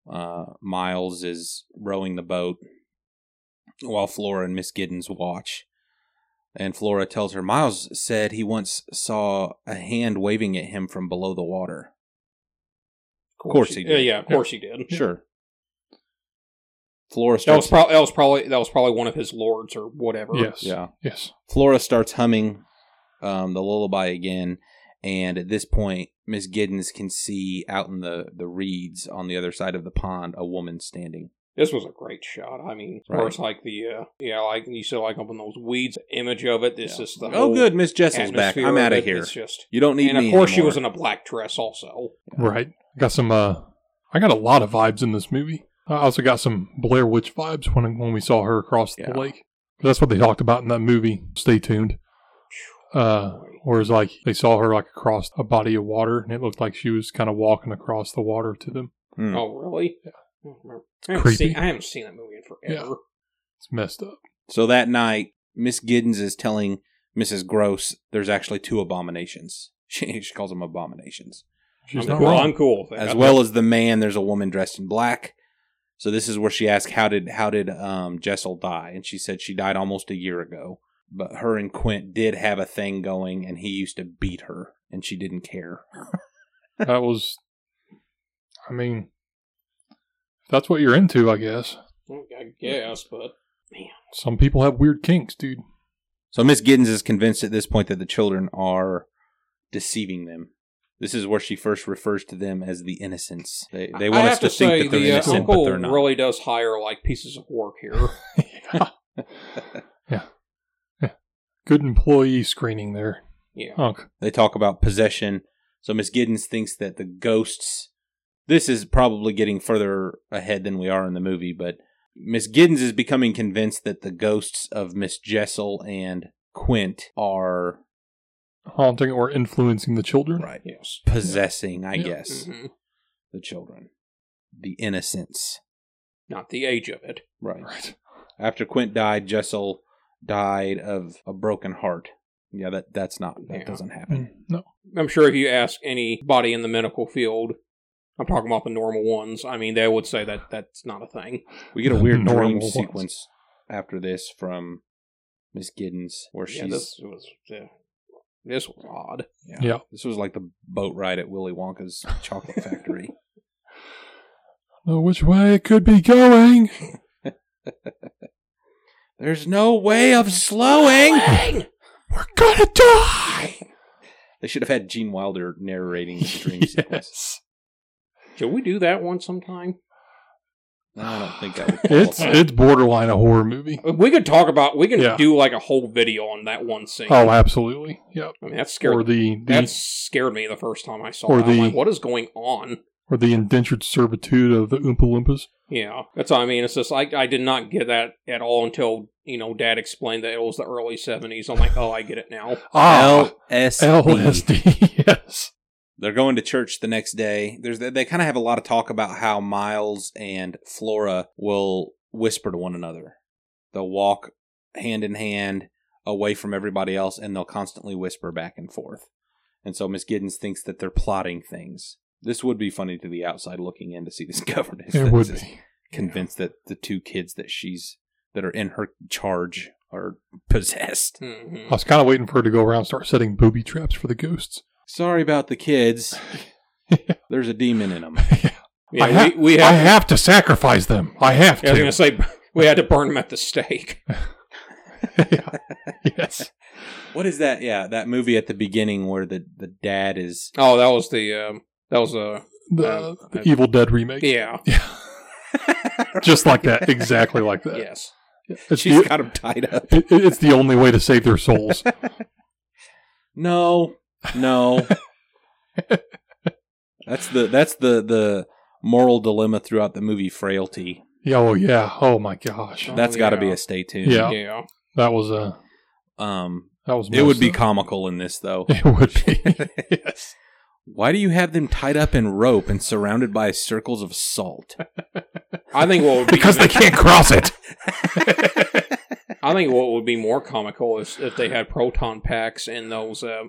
Speaker 1: Uh, Miles is rowing the boat while Flora and Miss Giddens watch. And Flora tells her, Miles said he once saw a hand waving at him from below the water.
Speaker 2: Of
Speaker 1: course he
Speaker 2: Yeah,
Speaker 1: did.
Speaker 2: yeah, of course he did.
Speaker 1: Sure. Flora
Speaker 2: That was
Speaker 1: starts.
Speaker 2: probably that was probably that was probably one of his lords or whatever.
Speaker 3: yes,
Speaker 1: yeah.
Speaker 3: yes.
Speaker 1: Flora starts humming um, the lullaby again, and at this point, Miss Giddens can see out in the the reeds on the other side of the pond a woman standing.
Speaker 2: This was a great shot. I mean, of
Speaker 1: Right.
Speaker 2: course, like the uh, yeah, like you said, like up in those weeds. The image of it. It's
Speaker 1: Yeah.
Speaker 2: just the
Speaker 1: oh,
Speaker 2: whole
Speaker 1: good, Miss Jessel's back.
Speaker 2: atmosphere
Speaker 1: I'm out of
Speaker 2: it.
Speaker 1: here.
Speaker 2: It's just
Speaker 1: You don't need
Speaker 2: and of
Speaker 1: me
Speaker 2: course she
Speaker 1: anymore.
Speaker 2: was in a black dress also.
Speaker 3: Right. I got some. uh I got a lot of vibes in this movie. I also got some Blair Witch vibes when when we saw her across
Speaker 1: Yeah.
Speaker 3: the lake. That's what they talked about in that movie. Stay tuned. Uh, whereas like they saw her like across a body of water, and it looked like she was kind of walking across the water to them.
Speaker 1: Hmm.
Speaker 2: Oh, really?
Speaker 3: Yeah.
Speaker 2: I don't remember. I haven't,
Speaker 3: Creepy.
Speaker 2: seen, I haven't seen that movie in forever.
Speaker 3: It's messed up.
Speaker 1: So that night, Miss Giddens is telling Mrs. Gross there's actually two abominations. She, she calls them abominations.
Speaker 3: She's
Speaker 2: I'm
Speaker 3: not
Speaker 2: cool.
Speaker 3: wrong.
Speaker 2: I'm cool. with that.
Speaker 1: as well as the man there's a woman dressed in black so this is where she asked how did how did um, jessel die and she said she died almost a year ago but her and quint did have a thing going and he used to beat her and she didn't care
Speaker 3: that was i mean if that's what you're into i guess
Speaker 2: I guess, but
Speaker 3: some people have weird kinks dude
Speaker 1: so miss giddens is convinced at this point that the children are deceiving them this is where she first refers to them as the innocents they, they want
Speaker 2: I
Speaker 1: us
Speaker 2: have
Speaker 1: to, think
Speaker 2: say
Speaker 1: that they're
Speaker 2: the uh,
Speaker 1: innocent but
Speaker 2: uncle
Speaker 1: they're not
Speaker 2: really does hire like pieces of work here.
Speaker 3: yeah. yeah yeah good employee screening there
Speaker 2: Yeah,
Speaker 3: Hunk.
Speaker 1: They talk about possession. So Miss Giddens thinks that the ghosts. This is probably getting further ahead than we are in the movie, but Miss Giddens is becoming convinced that the ghosts of Miss Jessel and Quint are
Speaker 3: haunting or influencing the children
Speaker 1: right
Speaker 2: yes.
Speaker 1: possessing, I
Speaker 3: Yeah.
Speaker 1: guess,
Speaker 2: Mhm.
Speaker 1: the children, the innocents.
Speaker 2: Not the age of it.
Speaker 1: Right.
Speaker 3: Right.
Speaker 1: After Quint died, Jessel died of a broken heart. Yeah, that that's not that
Speaker 2: Yeah.
Speaker 1: doesn't happen.
Speaker 3: Mm, no
Speaker 2: I'm sure if you ask anybody in the medical field, I'm talking about the normal ones. I mean, they would say that that's not a thing.
Speaker 1: We get a weird
Speaker 3: Normal
Speaker 1: dream
Speaker 3: ones.
Speaker 1: sequence after this from Miss Giddens, where
Speaker 2: Yeah,
Speaker 1: she's
Speaker 2: this was yeah, this was odd.
Speaker 1: Yeah.
Speaker 3: Yeah.
Speaker 1: This was like the boat ride at Willy Wonka's chocolate factory.
Speaker 3: know which way it could be going
Speaker 1: There's no way of slowing.
Speaker 3: we're gonna die
Speaker 1: They should have had Gene Wilder narrating this dream sequence.
Speaker 3: yes.
Speaker 2: Should we do that one sometime?
Speaker 1: I don't think I would.
Speaker 3: it's
Speaker 1: qualify.
Speaker 3: it's borderline a horror movie
Speaker 2: Uh, We could talk about. We can
Speaker 3: Yeah.
Speaker 2: do like a whole video on that one scene.
Speaker 3: oh absolutely yep
Speaker 2: I mean, that scared
Speaker 3: or the, the
Speaker 2: that scared me the first time I saw
Speaker 3: Or
Speaker 2: it. I'm
Speaker 3: the-
Speaker 2: like, what is going on?
Speaker 3: or the indentured servitude of the oompa loompas
Speaker 2: Yeah, that's what I mean. It's just I I did not get that at all until you know Dad explained that it was the early seventies. I'm like, oh, I get it now.
Speaker 3: ah
Speaker 1: LSD.
Speaker 3: LSD yes
Speaker 1: They're going to church the next day. There's they kind of have a lot of talk about how Miles and Flora will whisper to one another. They'll walk hand in hand away from everybody else, and they'll constantly whisper back and forth. And so Miss Giddens thinks that they're plotting things. This would be funny to the outside looking in to see this governess.
Speaker 3: it
Speaker 1: that's
Speaker 3: would
Speaker 1: just
Speaker 3: be
Speaker 1: Convinced that the two kids that she's that are in her charge are possessed.
Speaker 2: hmm
Speaker 3: I was kind of waiting for her to go around and start setting booby traps for the ghosts.
Speaker 1: Sorry about the kids. There's a demon in them.
Speaker 2: Yeah,
Speaker 3: I, ha-
Speaker 2: we, we
Speaker 3: I
Speaker 2: had.
Speaker 3: have to sacrifice them. I have
Speaker 2: I was gonna
Speaker 3: to.
Speaker 2: say we had to burn them at the stake.
Speaker 3: Yeah. Yes.
Speaker 1: What is that? Yeah, that movie at the beginning where the, the dad is.
Speaker 2: Oh, that was the um, that was uh
Speaker 3: The,
Speaker 2: Um,
Speaker 3: the
Speaker 2: I-
Speaker 3: Evil Dead remake.
Speaker 2: yeah
Speaker 3: Yeah. Just like that. Exactly like that.
Speaker 2: yes
Speaker 3: It's,
Speaker 1: She's
Speaker 3: the,
Speaker 1: got him tied up.
Speaker 3: it, it- it's the only way to save their souls.
Speaker 1: No, no. that's the that's the the moral dilemma throughout the movie Frailty.
Speaker 3: yeah. Oh, yeah. Oh, my gosh.
Speaker 2: Oh,
Speaker 1: That's got to be
Speaker 2: yeah.
Speaker 1: a stay tuned.
Speaker 3: Yeah.
Speaker 2: yeah.
Speaker 3: That was Uh,
Speaker 1: Um,
Speaker 3: that was
Speaker 1: it would be
Speaker 3: messed up.
Speaker 1: comical in this though.
Speaker 3: It would be. yes.
Speaker 1: Why do you have them tied up in rope and surrounded by circles of salt?
Speaker 2: I think what would be
Speaker 3: Because they can't cross it.
Speaker 2: I think what would be more comical is if they had proton packs and those uh,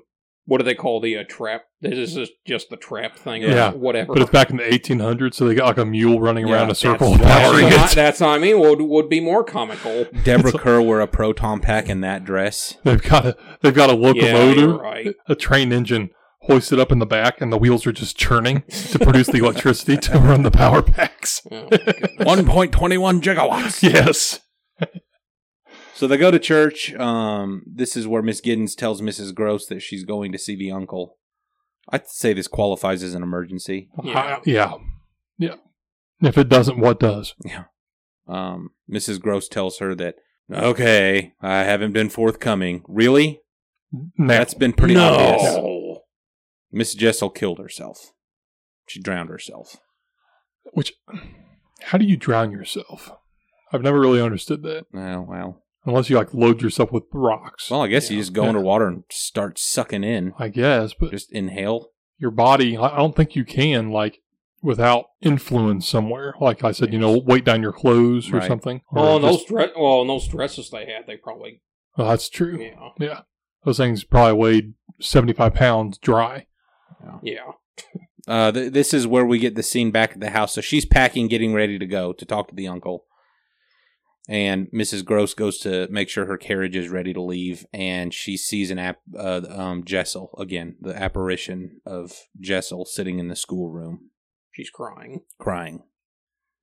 Speaker 2: what do they call the uh, trap? This is just the trap thing, or
Speaker 3: Yeah.
Speaker 2: whatever.
Speaker 3: But it's back in the 1800s, so they got like a mule running
Speaker 1: Yeah,
Speaker 3: around a
Speaker 1: that's-
Speaker 3: circle
Speaker 1: that's
Speaker 3: powering
Speaker 2: that's,
Speaker 3: it.
Speaker 2: not, that's not I mean. Would would be more comical.
Speaker 1: Deborah Kerr wore a proton pack in that dress.
Speaker 3: They've got a they've got a
Speaker 2: Yeah,
Speaker 3: locomotive,
Speaker 2: you're right.
Speaker 3: a train engine hoisted up in the back, and the wheels are just churning to produce the electricity to run the power packs.
Speaker 2: Oh, my goodness.
Speaker 1: One point twenty one gigawatts.
Speaker 3: Yes,
Speaker 1: So they go to church. Um, this is where Miss Giddens tells Mrs. Gross that she's going to see the uncle. I'd say this qualifies as an emergency.
Speaker 2: Yeah.
Speaker 3: I- yeah, yeah. If it doesn't, what does?
Speaker 1: Um, Mrs. Gross tells her that, okay, I haven't been forthcoming. Really?
Speaker 3: Nah.
Speaker 1: That's been pretty
Speaker 2: no.
Speaker 1: obvious. Miss Jessel killed herself. She drowned herself.
Speaker 3: Which, how do you drown yourself? I've never really understood that.
Speaker 1: Oh, well.
Speaker 3: unless you like load yourself with rocks.
Speaker 1: Well, I guess you
Speaker 2: Yeah.
Speaker 1: just go
Speaker 3: Yeah.
Speaker 1: underwater and start sucking in.
Speaker 3: I guess, but
Speaker 1: Just inhale.
Speaker 3: your body, I I don't think you can like without influence somewhere. Like I said, you know, weight down your clothes or
Speaker 1: Right.
Speaker 3: something. or
Speaker 2: Well, and those
Speaker 3: just-
Speaker 2: dre- well, and those dresses they had, they probably
Speaker 3: Oh, that's true.
Speaker 2: yeah,
Speaker 3: Yeah. Those things probably weighed 75 pounds dry.
Speaker 2: yeah.
Speaker 1: Uh, th- this is where we get the scene back at the house. So she's packing, getting ready to go to talk to the uncle. And Mrs. Gross goes to make sure her carriage is ready to leave, and she sees an app, uh, um, Jessel again, the apparition of Jessel sitting in the schoolroom
Speaker 2: She's crying
Speaker 1: crying.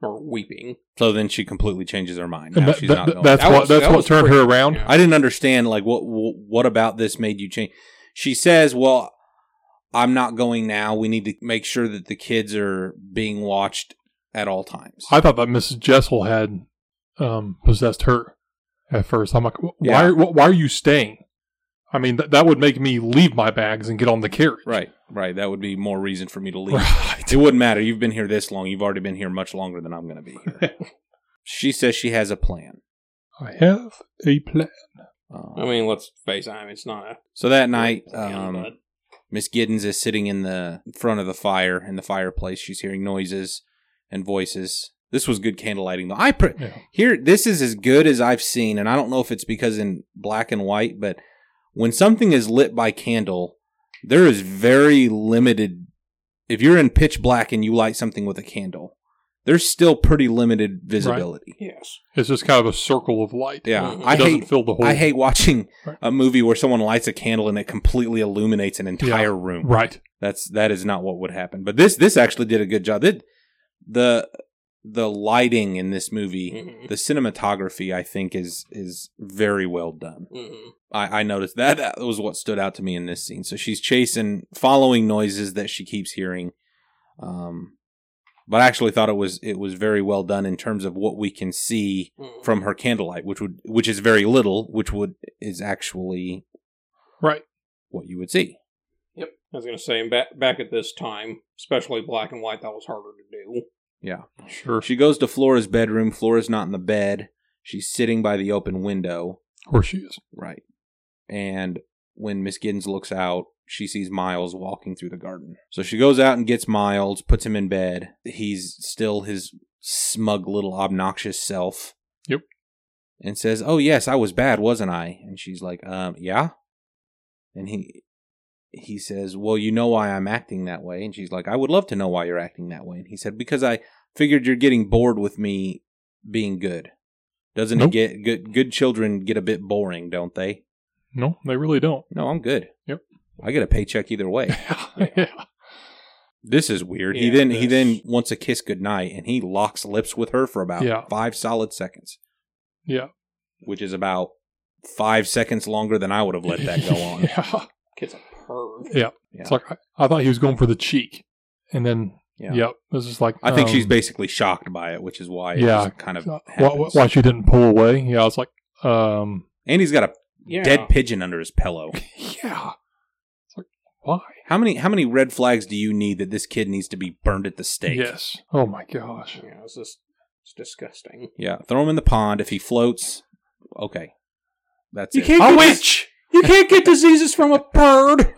Speaker 2: or weeping.
Speaker 1: So then she completely changes her mind.
Speaker 3: And
Speaker 1: Now
Speaker 3: that-
Speaker 1: she's
Speaker 3: that-
Speaker 1: not going.
Speaker 3: that's
Speaker 2: That
Speaker 3: what,
Speaker 2: was-
Speaker 3: that's
Speaker 2: that
Speaker 3: what
Speaker 2: was
Speaker 3: turned her
Speaker 2: pretty-
Speaker 3: around.
Speaker 2: yeah.
Speaker 1: I didn't understand like what what what about this made you change. She says, "Well, I'm not going now. We need to make sure that the kids are being watched at all times."
Speaker 3: I thought that Mrs. Jessel had um, possessed her at first. I'm like, why,
Speaker 1: Yeah.
Speaker 3: are, why are you staying? I mean, th- that would make me leave my bags and get on the carriage.
Speaker 1: right, right. That would be more reason for me to leave.
Speaker 3: Right.
Speaker 1: It wouldn't matter. You've been here this long. You've already been here much longer than I'm going to be here. she says she has a plan.
Speaker 3: I have a plan.
Speaker 1: Um,
Speaker 2: I mean, let's face it. I mean, it's not a
Speaker 1: so that night,
Speaker 2: Yeah,
Speaker 1: um,
Speaker 2: but-
Speaker 1: Miss Giddens is sitting in the front of the fire in the fireplace. She's hearing noises and voices. This was good candlelighting, though. I pre-
Speaker 3: Yeah.
Speaker 1: here this is as good as I've seen, and I don't know if it's because in black and white, but when something is lit by candle, there is very limited. If you're in pitch black and you light something with a candle, there's still pretty limited visibility.
Speaker 2: yes,
Speaker 3: It's just kind of a circle of light. Uh,
Speaker 1: Yeah,
Speaker 2: Mhm.
Speaker 1: I
Speaker 3: it doesn't
Speaker 1: hate
Speaker 3: fill the whole.
Speaker 1: I hate watching
Speaker 3: Right.
Speaker 1: a movie where someone lights a candle and it completely illuminates an entire room.
Speaker 3: Right.
Speaker 1: That's that is not what would happen. But this this actually did a good job. It, the the lighting in this movie,
Speaker 2: Mhm.
Speaker 1: the cinematography, I think is is very well done.
Speaker 2: Mhm.
Speaker 1: I, I noticed that that was what stood out to me in this scene. So she's chasing, following noises that she keeps hearing. Um, but I actually thought it was it was very well done in terms of what we can see
Speaker 2: Mhm.
Speaker 1: from her candlelight, which would which is very little, which would is actually
Speaker 3: Right.
Speaker 1: what you would see.
Speaker 2: Yep. I was gonna say, and back back at this time, especially black and white, that was harder to do.
Speaker 3: Sure.
Speaker 1: She goes to Flora's bedroom. Flora's not in the bed. She's sitting by the open window.
Speaker 3: of course she is.
Speaker 1: Right. And when Miss Giddens looks out, she sees Miles walking through the garden. So she goes out and gets Miles, puts him in bed. He's still his smug little obnoxious self.
Speaker 3: Yep.
Speaker 1: And says, "Oh yes, I was bad, wasn't I?" And she's like, "Um, yeah." And he he says, "Well, you know why I'm acting that way." And she's like, "I would love to know why you're acting that way." And he said, "Because I figured you're getting bored with me being good. Doesn't
Speaker 3: Nope.
Speaker 1: it get good? Good children get a bit boring, don't they?
Speaker 3: No, they really don't.
Speaker 1: No, I'm good.
Speaker 3: Yep.
Speaker 1: I get a paycheck either way.
Speaker 3: yeah.
Speaker 1: this is weird. he
Speaker 2: Yeah,
Speaker 1: then he
Speaker 2: this-
Speaker 1: then wants a kiss goodnight, and he locks lips with her for about
Speaker 3: Yeah.
Speaker 1: five solid seconds.
Speaker 3: Yeah.
Speaker 1: which is about five seconds longer than I would have let that go on.
Speaker 3: Yeah.
Speaker 2: Kid's a perv.
Speaker 3: Yeah. It's like I, I thought he was going for the cheek, and then
Speaker 1: Yeah.
Speaker 3: yep, this is like
Speaker 1: I think
Speaker 3: um,
Speaker 1: she's basically shocked by it, which is why it
Speaker 3: Yeah.
Speaker 1: just kind of
Speaker 3: why, why-
Speaker 1: happens.
Speaker 3: why she didn't pull away. Yeah, I was like, um,
Speaker 1: And he's got a
Speaker 2: Yeah.
Speaker 1: dead pigeon under his pillow.
Speaker 3: yeah. It's like why?
Speaker 1: How many how many red flags do you need that this kid needs to be burned at the stake?
Speaker 3: Yes. Oh my gosh.
Speaker 2: Yeah, it's just it's disgusting.
Speaker 1: Yeah, throw him in the pond. If he floats, okay, that's it. Oh,
Speaker 3: A witch.
Speaker 2: You can't get diseases from a bird.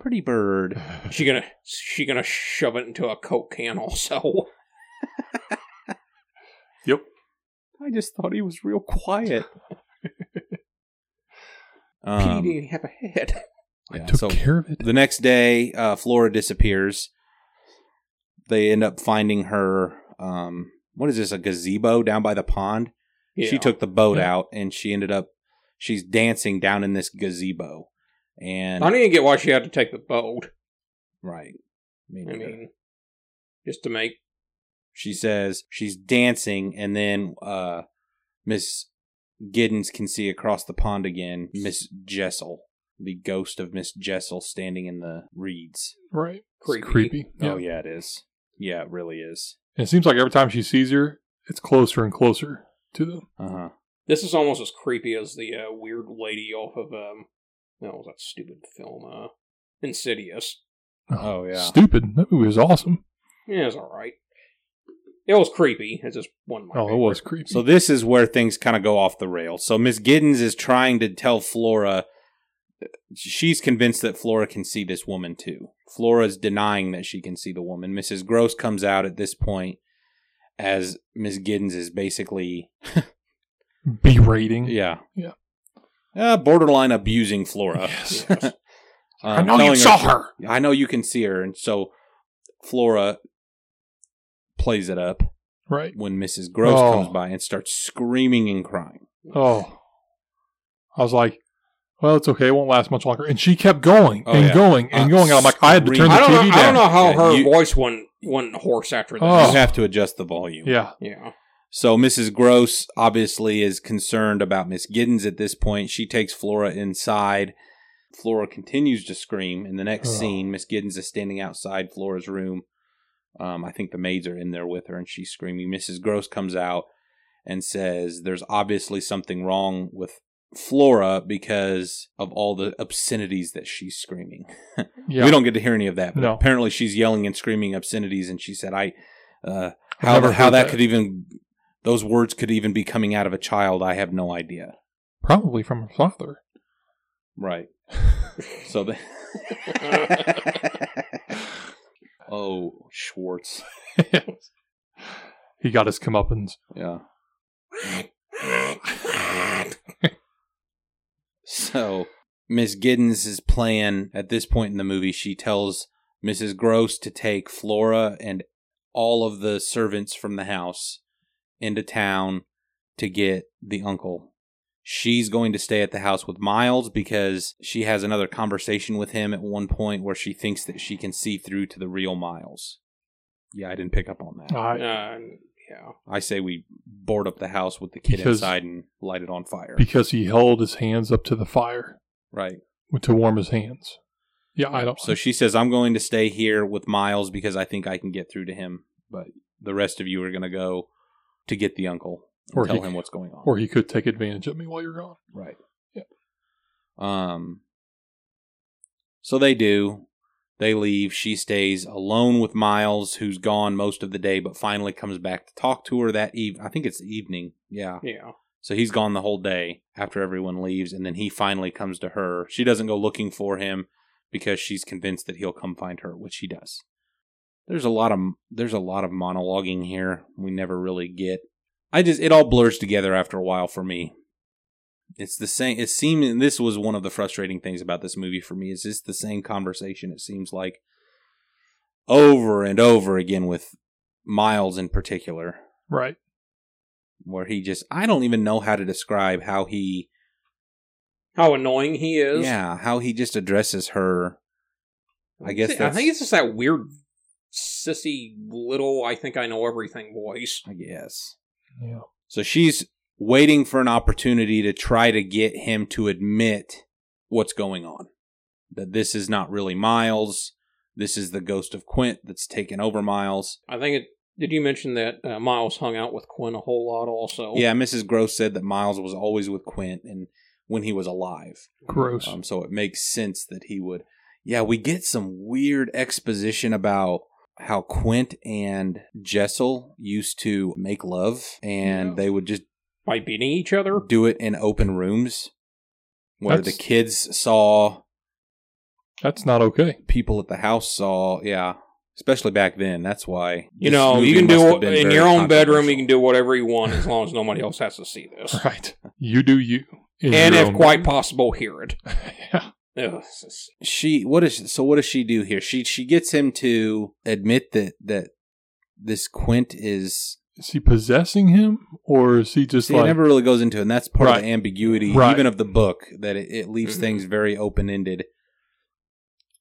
Speaker 1: Pretty bird.
Speaker 2: She gonna she gonna shove it into a coke can also.
Speaker 3: yep.
Speaker 1: I just thought he was real quiet.
Speaker 2: P
Speaker 1: um,
Speaker 2: PD have a head.
Speaker 3: I
Speaker 1: yeah,
Speaker 3: took
Speaker 1: so
Speaker 3: care of it.
Speaker 1: the next day, uh, Flora disappears. They end up finding her. Um, what is this? A gazebo down by the pond. She took the boat
Speaker 3: Yeah.
Speaker 1: out, and she ended up. She's dancing down in this gazebo, and
Speaker 2: I didn't even get why she had to take the boat.
Speaker 1: right. Me
Speaker 2: I
Speaker 1: neither.
Speaker 2: mean, just to make
Speaker 1: she says she's dancing and then uh miss giddens can see across the pond again miss jessel the ghost of miss jessel standing in the reeds
Speaker 3: Right.
Speaker 2: creepy.
Speaker 3: It's creepy. Yeah.
Speaker 1: oh yeah it is yeah it really is
Speaker 3: And it seems like every time she sees her, it's closer and closer to them.
Speaker 1: uh-huh
Speaker 2: This is almost as creepy as the uh, weird lady off of um, no, was that stupid film, uh, Insidious.
Speaker 1: Oh, yeah.
Speaker 3: Stupid. That movie was awesome.
Speaker 2: Yeah, it's all right. It was creepy. It's just one. of my
Speaker 3: Oh, it
Speaker 2: favorite.
Speaker 3: was creepy.
Speaker 1: So this is where things kind of go off the rails. So Miss Giddens is trying to tell Flora she's convinced that Flora can see this woman too. Flora's denying that she can see the woman. Mrs. Gross comes out at this point as Miss Giddens is basically
Speaker 3: berating.
Speaker 1: yeah.
Speaker 3: Yeah.
Speaker 1: Uh, borderline abusing Flora.
Speaker 3: Yes.
Speaker 1: Um,
Speaker 3: I know you
Speaker 1: telling
Speaker 3: saw her.
Speaker 1: I know you can see her and so Flora plays it up
Speaker 3: Right.
Speaker 1: when Mrs. Gross
Speaker 3: Oh.
Speaker 1: comes by and starts screaming and crying.
Speaker 3: Oh. I was like, well, it's okay. It won't last much longer. And she kept going
Speaker 1: Oh,
Speaker 3: and
Speaker 1: yeah.
Speaker 3: going and
Speaker 1: Uh,
Speaker 3: going. And I'm like, I had to
Speaker 1: scream.
Speaker 3: turn the
Speaker 2: I don't know.
Speaker 3: TV
Speaker 2: I
Speaker 3: down.
Speaker 2: don't know how
Speaker 1: Yeah,
Speaker 2: her
Speaker 1: you-
Speaker 2: voice went went hoarse after this.
Speaker 3: Oh.
Speaker 1: You have to adjust the volume.
Speaker 3: Yeah.
Speaker 2: Yeah.
Speaker 1: So Mrs. Gross obviously is concerned about Miss Giddens at this point. She takes Flora inside. Flora continues to scream. In the next
Speaker 3: Oh.
Speaker 1: scene, Miss Giddens is standing outside Flora's room. Um, I think the maids are in there with her, and she's screaming. Mrs. Gross comes out and says, "There's obviously something wrong with Flora because of all the obscenities that she's screaming."
Speaker 3: Yeah.
Speaker 1: We don't get to hear any of that. But
Speaker 3: No.
Speaker 1: Apparently, she's yelling and screaming obscenities, and she said, "I uh,
Speaker 3: I've
Speaker 1: how
Speaker 3: never
Speaker 1: how
Speaker 3: heard
Speaker 1: that,
Speaker 3: that.
Speaker 1: could even those words could even be coming out of a child. I have no idea."
Speaker 3: Probably from her father.
Speaker 1: Right. so the. oh, Schwartz.
Speaker 3: he got his comeuppance.
Speaker 1: Yeah. so Miss Giddens' plan at this point in the movie, she tells Mrs. Gross to take Flora and all of the servants from the house into town to get the uncle. She's going to stay at the house with Miles because she has another conversation with him at one point where she thinks that she can see through to the real Miles. Yeah, I didn't pick up on that.
Speaker 3: I,
Speaker 2: Uh, yeah.
Speaker 1: I say we board up the house with the kid
Speaker 3: Because-
Speaker 1: inside and light it on fire.
Speaker 3: because he held his hands up to the fire
Speaker 1: right.
Speaker 3: to warm his hands. Yeah, I don't.
Speaker 1: So she says, I'm going to stay here with Miles because I think I can get through to him, but the rest of you are going to go to get the uncle and
Speaker 3: Or
Speaker 1: tell
Speaker 3: he-
Speaker 1: him what's going on.
Speaker 3: or he could take advantage of me while you're gone.
Speaker 1: right.
Speaker 3: Yeah.
Speaker 1: Um, so they do. They leave. She stays alone with Miles, who's gone most of the day, but finally comes back to talk to her that eve. I think it's evening. Yeah.
Speaker 2: Yeah.
Speaker 1: So he's gone the whole day after everyone leaves, and then he finally comes to her. She doesn't go looking for him because she's convinced that he'll come find her, which he does. There's a lot of there's a lot of monologuing here. We never really get. I just it all blurs together after a while for me. It's the same. It seemed and this was one of the frustrating things about this movie for me is it's the same conversation. It seems like over and over again with Miles in particular
Speaker 3: Right.
Speaker 1: where he just I don't even know how to describe how he
Speaker 2: How annoying he is.
Speaker 1: yeah how he just addresses her. I guess
Speaker 2: I
Speaker 1: that's,
Speaker 2: think it's just that weird sissy little I think I know everything voice.
Speaker 1: I guess
Speaker 3: Yeah.
Speaker 1: so. She's waiting for an opportunity to try to get him to admit what's going on. That this is not really Miles. This is the ghost of Quint that's taken over Miles.
Speaker 2: I think it did you mention that uh, Miles hung out with Quinn a whole lot also?
Speaker 1: Yeah, Mrs. Gross said that Miles was always with Quint and when he was alive.
Speaker 3: Gross.
Speaker 1: Um, so it makes sense that he would. Yeah, we get some weird exposition about how Quint and Jessel used to make love and
Speaker 2: Yeah.
Speaker 1: they would just
Speaker 2: By beating each other?
Speaker 1: do it in open rooms where
Speaker 3: That's-
Speaker 1: the kids saw,
Speaker 3: That's not okay.
Speaker 1: people at the house saw. Yeah. Especially back then. That's why.
Speaker 2: You
Speaker 1: this
Speaker 2: know, you
Speaker 1: movie
Speaker 2: can
Speaker 1: must
Speaker 2: do
Speaker 1: have been
Speaker 2: in
Speaker 1: very
Speaker 2: your own bedroom
Speaker 1: controversial.
Speaker 2: you can do whatever you want as long as nobody else has to see this.
Speaker 3: Right. You do you. In
Speaker 2: And
Speaker 3: your
Speaker 2: if
Speaker 3: own-
Speaker 2: quite possible hear it.
Speaker 3: yeah.
Speaker 2: Ugh, it's just-
Speaker 1: she what is so what does she do here she she gets him to admit that that this quint is
Speaker 3: Is he possessing him, or is he just
Speaker 1: See,
Speaker 3: like
Speaker 1: it never really goes into, it, and that's part of
Speaker 3: Right.
Speaker 1: the ambiguity,
Speaker 3: Right.
Speaker 1: even of the book, that it, it leaves
Speaker 2: Mhm.
Speaker 1: things very open ended.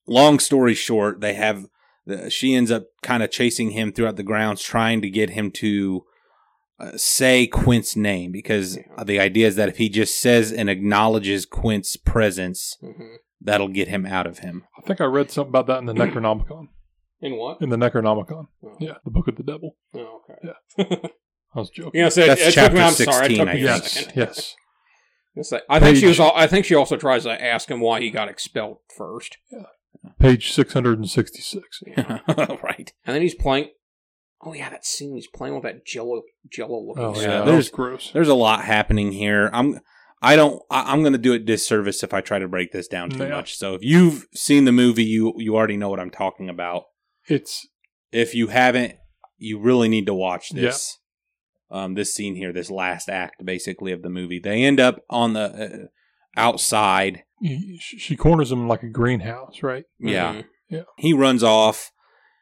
Speaker 1: Long story short, they have the, she ends up kind of chasing him throughout the grounds, trying to get him to uh, say Quint's name because
Speaker 2: Yeah.
Speaker 1: the idea is that if he just says and acknowledges Quint's presence,
Speaker 2: mhm.
Speaker 1: that'll get him out of him.
Speaker 3: I think I read something about that in the Necronomicon.
Speaker 2: In what?
Speaker 3: In the Necronomicon.
Speaker 2: Oh,
Speaker 3: Yeah, the Book of the Devil.
Speaker 2: oh, okay.
Speaker 3: Yeah. I was joking.
Speaker 2: You know, so
Speaker 1: That's
Speaker 2: it, it took
Speaker 1: chapter
Speaker 2: me, I'm sorry,
Speaker 1: 16,
Speaker 2: it took
Speaker 1: I
Speaker 2: me a
Speaker 1: guess.
Speaker 3: Yes,
Speaker 2: second.
Speaker 3: yes.
Speaker 2: It's like- I think she
Speaker 3: Page-
Speaker 2: was. al- I think she also tries to ask him why he got expelled first,
Speaker 3: Page six hundred and sixty-six.
Speaker 1: right.
Speaker 2: and then he's playing Oh yeah, that scene he's playing with that jello jello looking
Speaker 3: Oh,
Speaker 2: stuff.
Speaker 3: yeah. That
Speaker 1: There's-
Speaker 3: was gross.
Speaker 1: There's a lot happening here. I'm I don't I, I'm going to do it disservice if I try to break this down too
Speaker 3: Yeah.
Speaker 1: much. So if you've seen the movie, you you already know what I'm talking about.
Speaker 3: It's
Speaker 1: If you haven't, you really need to watch
Speaker 3: Yeah.
Speaker 1: this. Um, this scene here, this last act, basically of the movie, they end up on the uh, outside.
Speaker 3: y- sh- she corners him in like a greenhouse, right?
Speaker 1: Yeah,
Speaker 2: Mhm.
Speaker 1: he runs off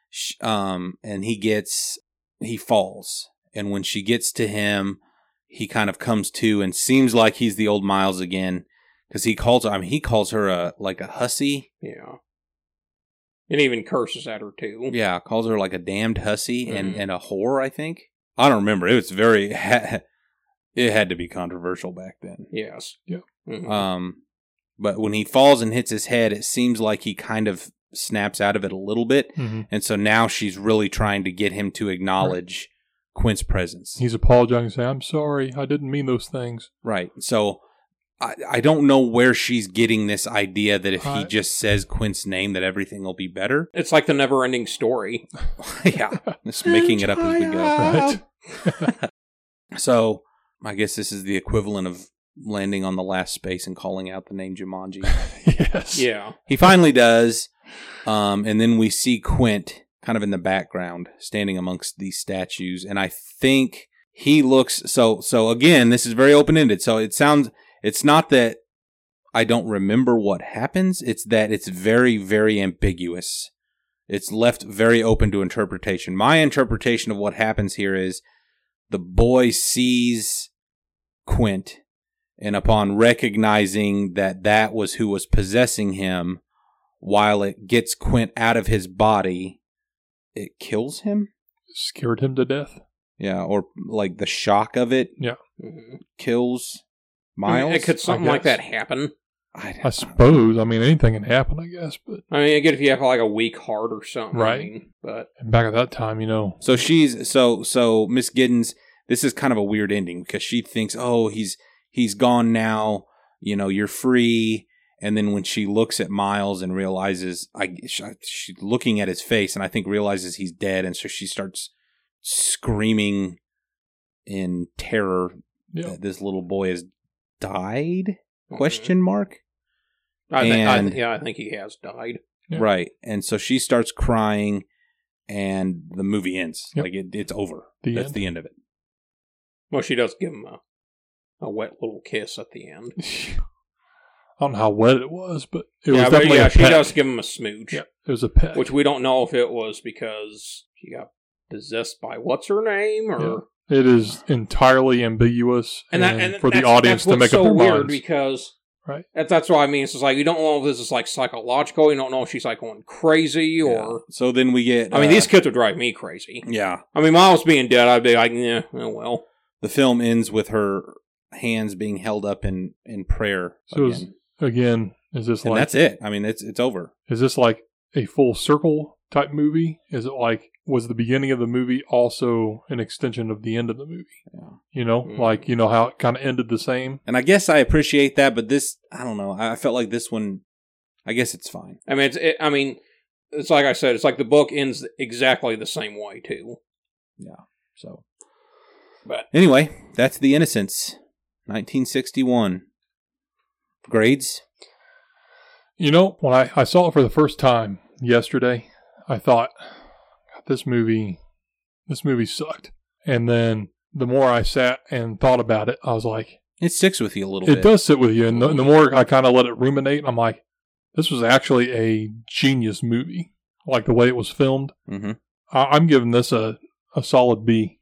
Speaker 1: sh- um and he gets he falls and when she gets to him he kind of comes to and seems like he's the old miles again because he calls i mean he calls her a like a hussy
Speaker 2: yeah. And even curses at her too.
Speaker 1: yeah calls her like a damned hussy and
Speaker 2: Mhm.
Speaker 1: and a whore i think i don't remember it was very it had to be controversial back then
Speaker 2: Yes.
Speaker 3: Yeah. Uh,
Speaker 2: Mhm.
Speaker 1: Um, but when he falls and hits his head, it seems like he kind of snaps out of it a little bit,
Speaker 3: Mhm.
Speaker 1: and so now she's really trying to get him to acknowledge Quint's presence.
Speaker 3: He's apologizing, saying, "I'm sorry, I didn't mean those things."
Speaker 1: right. So I, I don't know where she's getting this idea that if he
Speaker 3: Right.
Speaker 1: just says Quint's name, that everything will be better.
Speaker 2: it's like the never ending story.
Speaker 1: yeah, just making it up as we go.
Speaker 3: Right?
Speaker 1: So I guess this is the equivalent of landing on the last space and calling out the name Jumanji.
Speaker 3: yes.
Speaker 2: Yeah.
Speaker 1: He finally does. Um, and then we see Quint kind of in the background standing amongst these statues. And I think he looks so, so again, this is very open ended. So it sounds, it's not that I don't remember what happens, it's that it's very, very ambiguous. It's left very open to interpretation. My interpretation of what happens here is the boy sees Quint and upon recognizing that that was who was possessing him, while it gets Quint out of his body, it kills him.
Speaker 3: Scared him to death.
Speaker 1: Yeah, or like the shock of it
Speaker 2: hmm
Speaker 1: kills
Speaker 2: I
Speaker 1: Miles.
Speaker 2: mean, it could something
Speaker 3: I
Speaker 2: like
Speaker 3: guess.
Speaker 2: that happen.
Speaker 1: I-
Speaker 3: I suppose. I mean, anything can happen, I guess. But
Speaker 2: I mean, I get if you have like a weak heart or something. I
Speaker 3: Right.
Speaker 2: mean, but
Speaker 3: back at that time, you know,
Speaker 1: so she's so so Miss Giddens. This is kind of a weird ending because she thinks, oh, he's he's gone now. You know, you're free. And then when she looks at Miles and realizes, I she, she's looking at his face, and I think realizes he's dead, and so she starts screaming in terror
Speaker 3: yeah,
Speaker 1: that this little boy has died?
Speaker 2: Mhm.
Speaker 1: Question mark.
Speaker 2: I think, I
Speaker 1: and-
Speaker 2: th- yeah, I think he has died.
Speaker 3: Yeah.
Speaker 1: Right. And so she starts crying, and the movie ends.
Speaker 3: Yep.
Speaker 1: Like it, it's over.
Speaker 3: The
Speaker 1: That's
Speaker 3: end.
Speaker 1: the end of it.
Speaker 2: Well, she does give him a a wet little kiss at the end.
Speaker 3: I don't know how wet it was, but
Speaker 2: yeah,
Speaker 3: it was
Speaker 2: but
Speaker 3: definitely
Speaker 2: yeah,
Speaker 3: a
Speaker 2: she
Speaker 3: peck.
Speaker 2: does give him a smooch,
Speaker 3: Yeah, it was a pet.
Speaker 2: which we don't know if it was because she got possessed by what's her name or.
Speaker 3: Yeah. it is entirely ambiguous, and,
Speaker 2: and, that, and
Speaker 3: for the
Speaker 2: that's-
Speaker 3: audience
Speaker 2: that's
Speaker 3: to
Speaker 2: what's
Speaker 3: make
Speaker 2: so
Speaker 3: up their
Speaker 2: weird
Speaker 3: minds.
Speaker 2: because
Speaker 3: Right.
Speaker 2: that, that's what I mean. It's just like you don't know if this is like psychological. You don't know if she's like going crazy or.
Speaker 1: So then we get.
Speaker 2: I mean,
Speaker 1: uh,
Speaker 2: these kids would drive me crazy.
Speaker 1: Yeah.
Speaker 2: I mean, Miles being dead, I'd be like, yeah, oh well.
Speaker 1: The film ends with her hands being held up in in prayer.
Speaker 3: So is-
Speaker 1: again.
Speaker 3: Again, is this
Speaker 1: and
Speaker 3: like
Speaker 1: that's it. I mean, it's it's over.
Speaker 3: Is this like a full circle type movie? Is it like was the beginning of the movie also an extension of the end of the movie?
Speaker 1: Yeah.
Speaker 3: You know,
Speaker 2: Mm.
Speaker 3: like you know how it kind of ended the same.
Speaker 1: And I guess I appreciate that, but this, I don't know. I I felt like this one. I guess it's fine.
Speaker 2: I mean, it's, it, I mean, it's like I said, it's like the book ends exactly the same way too.
Speaker 1: So,
Speaker 2: But
Speaker 1: anyway, that's The Innocents, 1961. Grades?
Speaker 3: You know, when I, I saw it for the first time yesterday, I thought "God, this movie, this movie sucked. And then the more I sat and thought about it, I was like,
Speaker 1: It sticks with you a little
Speaker 3: it
Speaker 1: bit.
Speaker 3: does sit with you and the, the more i kind of let it ruminate i'm like this was actually a genius movie like the way it was filmed
Speaker 1: Mhm.
Speaker 3: I, i'm giving this a, a solid b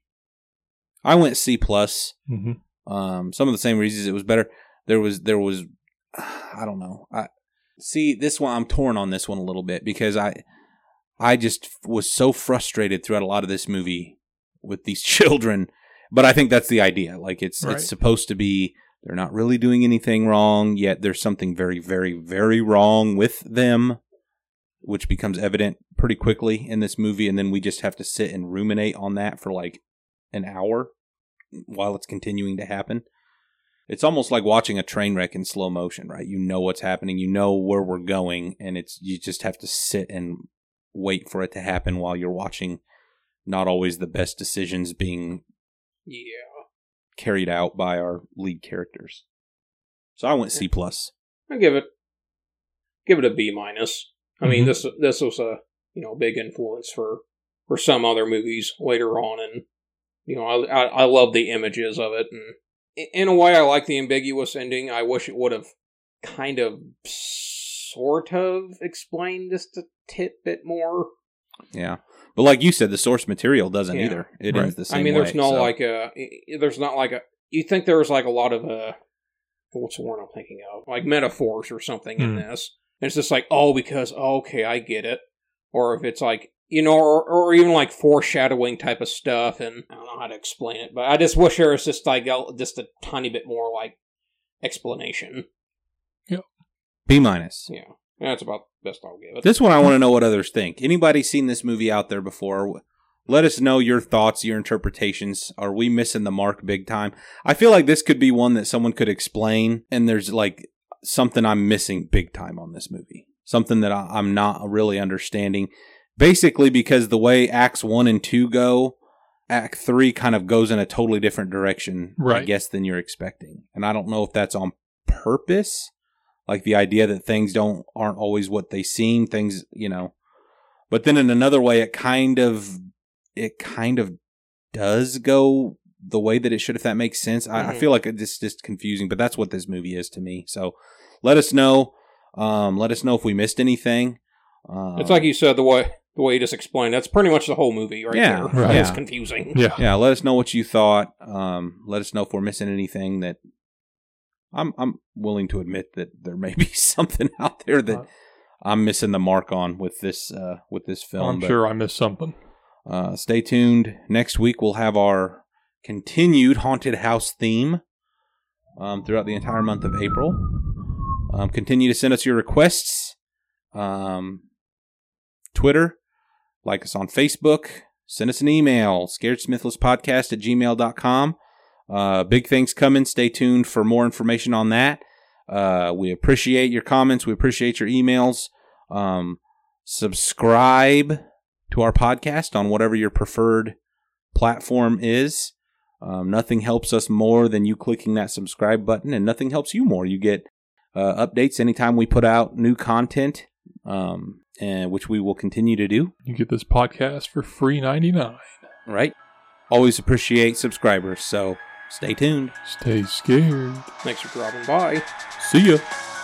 Speaker 1: I went C plus.
Speaker 3: mm-hmm.
Speaker 1: Um, some of the same reasons it was better. There was there was, I don't know. I see this one. I'm torn on this one a little bit because I, I just was so frustrated throughout a lot of this movie with these children. But I think that's the idea. Like it's
Speaker 3: Right.
Speaker 1: it's supposed to be they're not really doing anything wrong yet. There's something very very very wrong with them, which becomes evident pretty quickly in this movie. And then we just have to sit and ruminate on that for like an hour while it's continuing to happen. It's almost like watching a train wreck in slow motion, right? You know what's happening, you know where we're going, and it's you just have to sit and wait for it to happen while you're watching not always the best decisions being
Speaker 2: Yeah.
Speaker 1: carried out by our lead characters. So I went C plus.
Speaker 2: I give it give it a B minus. I mean this this was a you know big influence for for some other movies later on, and you know I I, I love the images of it, and i- in a way I like the ambiguous ending. I wish it would have kind of sort of explained just a tit bit more.
Speaker 1: Yeah, but like you said, the source material doesn't
Speaker 2: Yeah.
Speaker 1: either. It
Speaker 3: Right.
Speaker 1: ends the same.
Speaker 2: I mean,
Speaker 1: way,
Speaker 2: there's no
Speaker 1: so-
Speaker 2: like a there's not like a you think there was like a lot of uh what's the word I'm thinking of like metaphors or something in
Speaker 3: Hmm.
Speaker 2: this. And it's just like oh because oh, okay I get it, or if it's like you know or, or even like foreshadowing type of stuff and I don't know how to explain it, but I just wish there was just like a- just a tiny bit more like explanation.
Speaker 1: B minus.
Speaker 2: Yeah, that's about the best I'll give it.
Speaker 1: This one I want to know what others think. Anybody seen this movie out there before? Let us know your thoughts, your interpretations. Are we missing the mark big time? I feel like this could be one that someone could explain, and there's like something I'm missing big time on this movie. Something that I, I'm not really understanding. Basically, because the way Acts 1 and 2 go, Act 3 kind of goes in a totally different direction, I
Speaker 3: Right.
Speaker 1: guess, than you're expecting. And I don't know if that's on purpose like the idea that things don't aren't always what they seem things you know but then in another way it kind of it kind of does go the way that it should if that makes sense i, I
Speaker 2: Mhm.
Speaker 1: feel like it's just confusing but that's what this movie is to me so let us know um let us know if we missed anything um,
Speaker 2: it's like you said the way the way you just explained. That's pretty much the whole movie right
Speaker 1: Yeah,
Speaker 2: there.
Speaker 3: right.
Speaker 2: It's
Speaker 1: Yeah.
Speaker 2: confusing.
Speaker 3: Yeah.
Speaker 1: yeah let us know what you thought um let us know if we're missing anything that i'm i'm willing to admit that there may be something out there
Speaker 2: Uh-huh.
Speaker 1: that i'm missing the mark on with this uh with this film
Speaker 3: I'm
Speaker 1: but,
Speaker 3: sure I missed something.
Speaker 1: uh stay tuned next week we'll have our continued haunted house theme um throughout the entire month of april um continue to send us your requests um twitter like us on facebook send us an email scaredsmithlesspodcast at gmail.com uh, big things coming stay tuned for more information on that uh, we appreciate your comments we appreciate your emails um, subscribe to our podcast on whatever your preferred platform is um, nothing helps us more than you clicking that subscribe button and nothing helps you more you get uh, updates anytime we put out new content um, and which we will continue to do
Speaker 3: You get this podcast for free 99.
Speaker 1: right? Always appreciate subscribers, so stay tuned.
Speaker 3: Stay scared.
Speaker 2: Thanks for dropping by.
Speaker 1: See ya.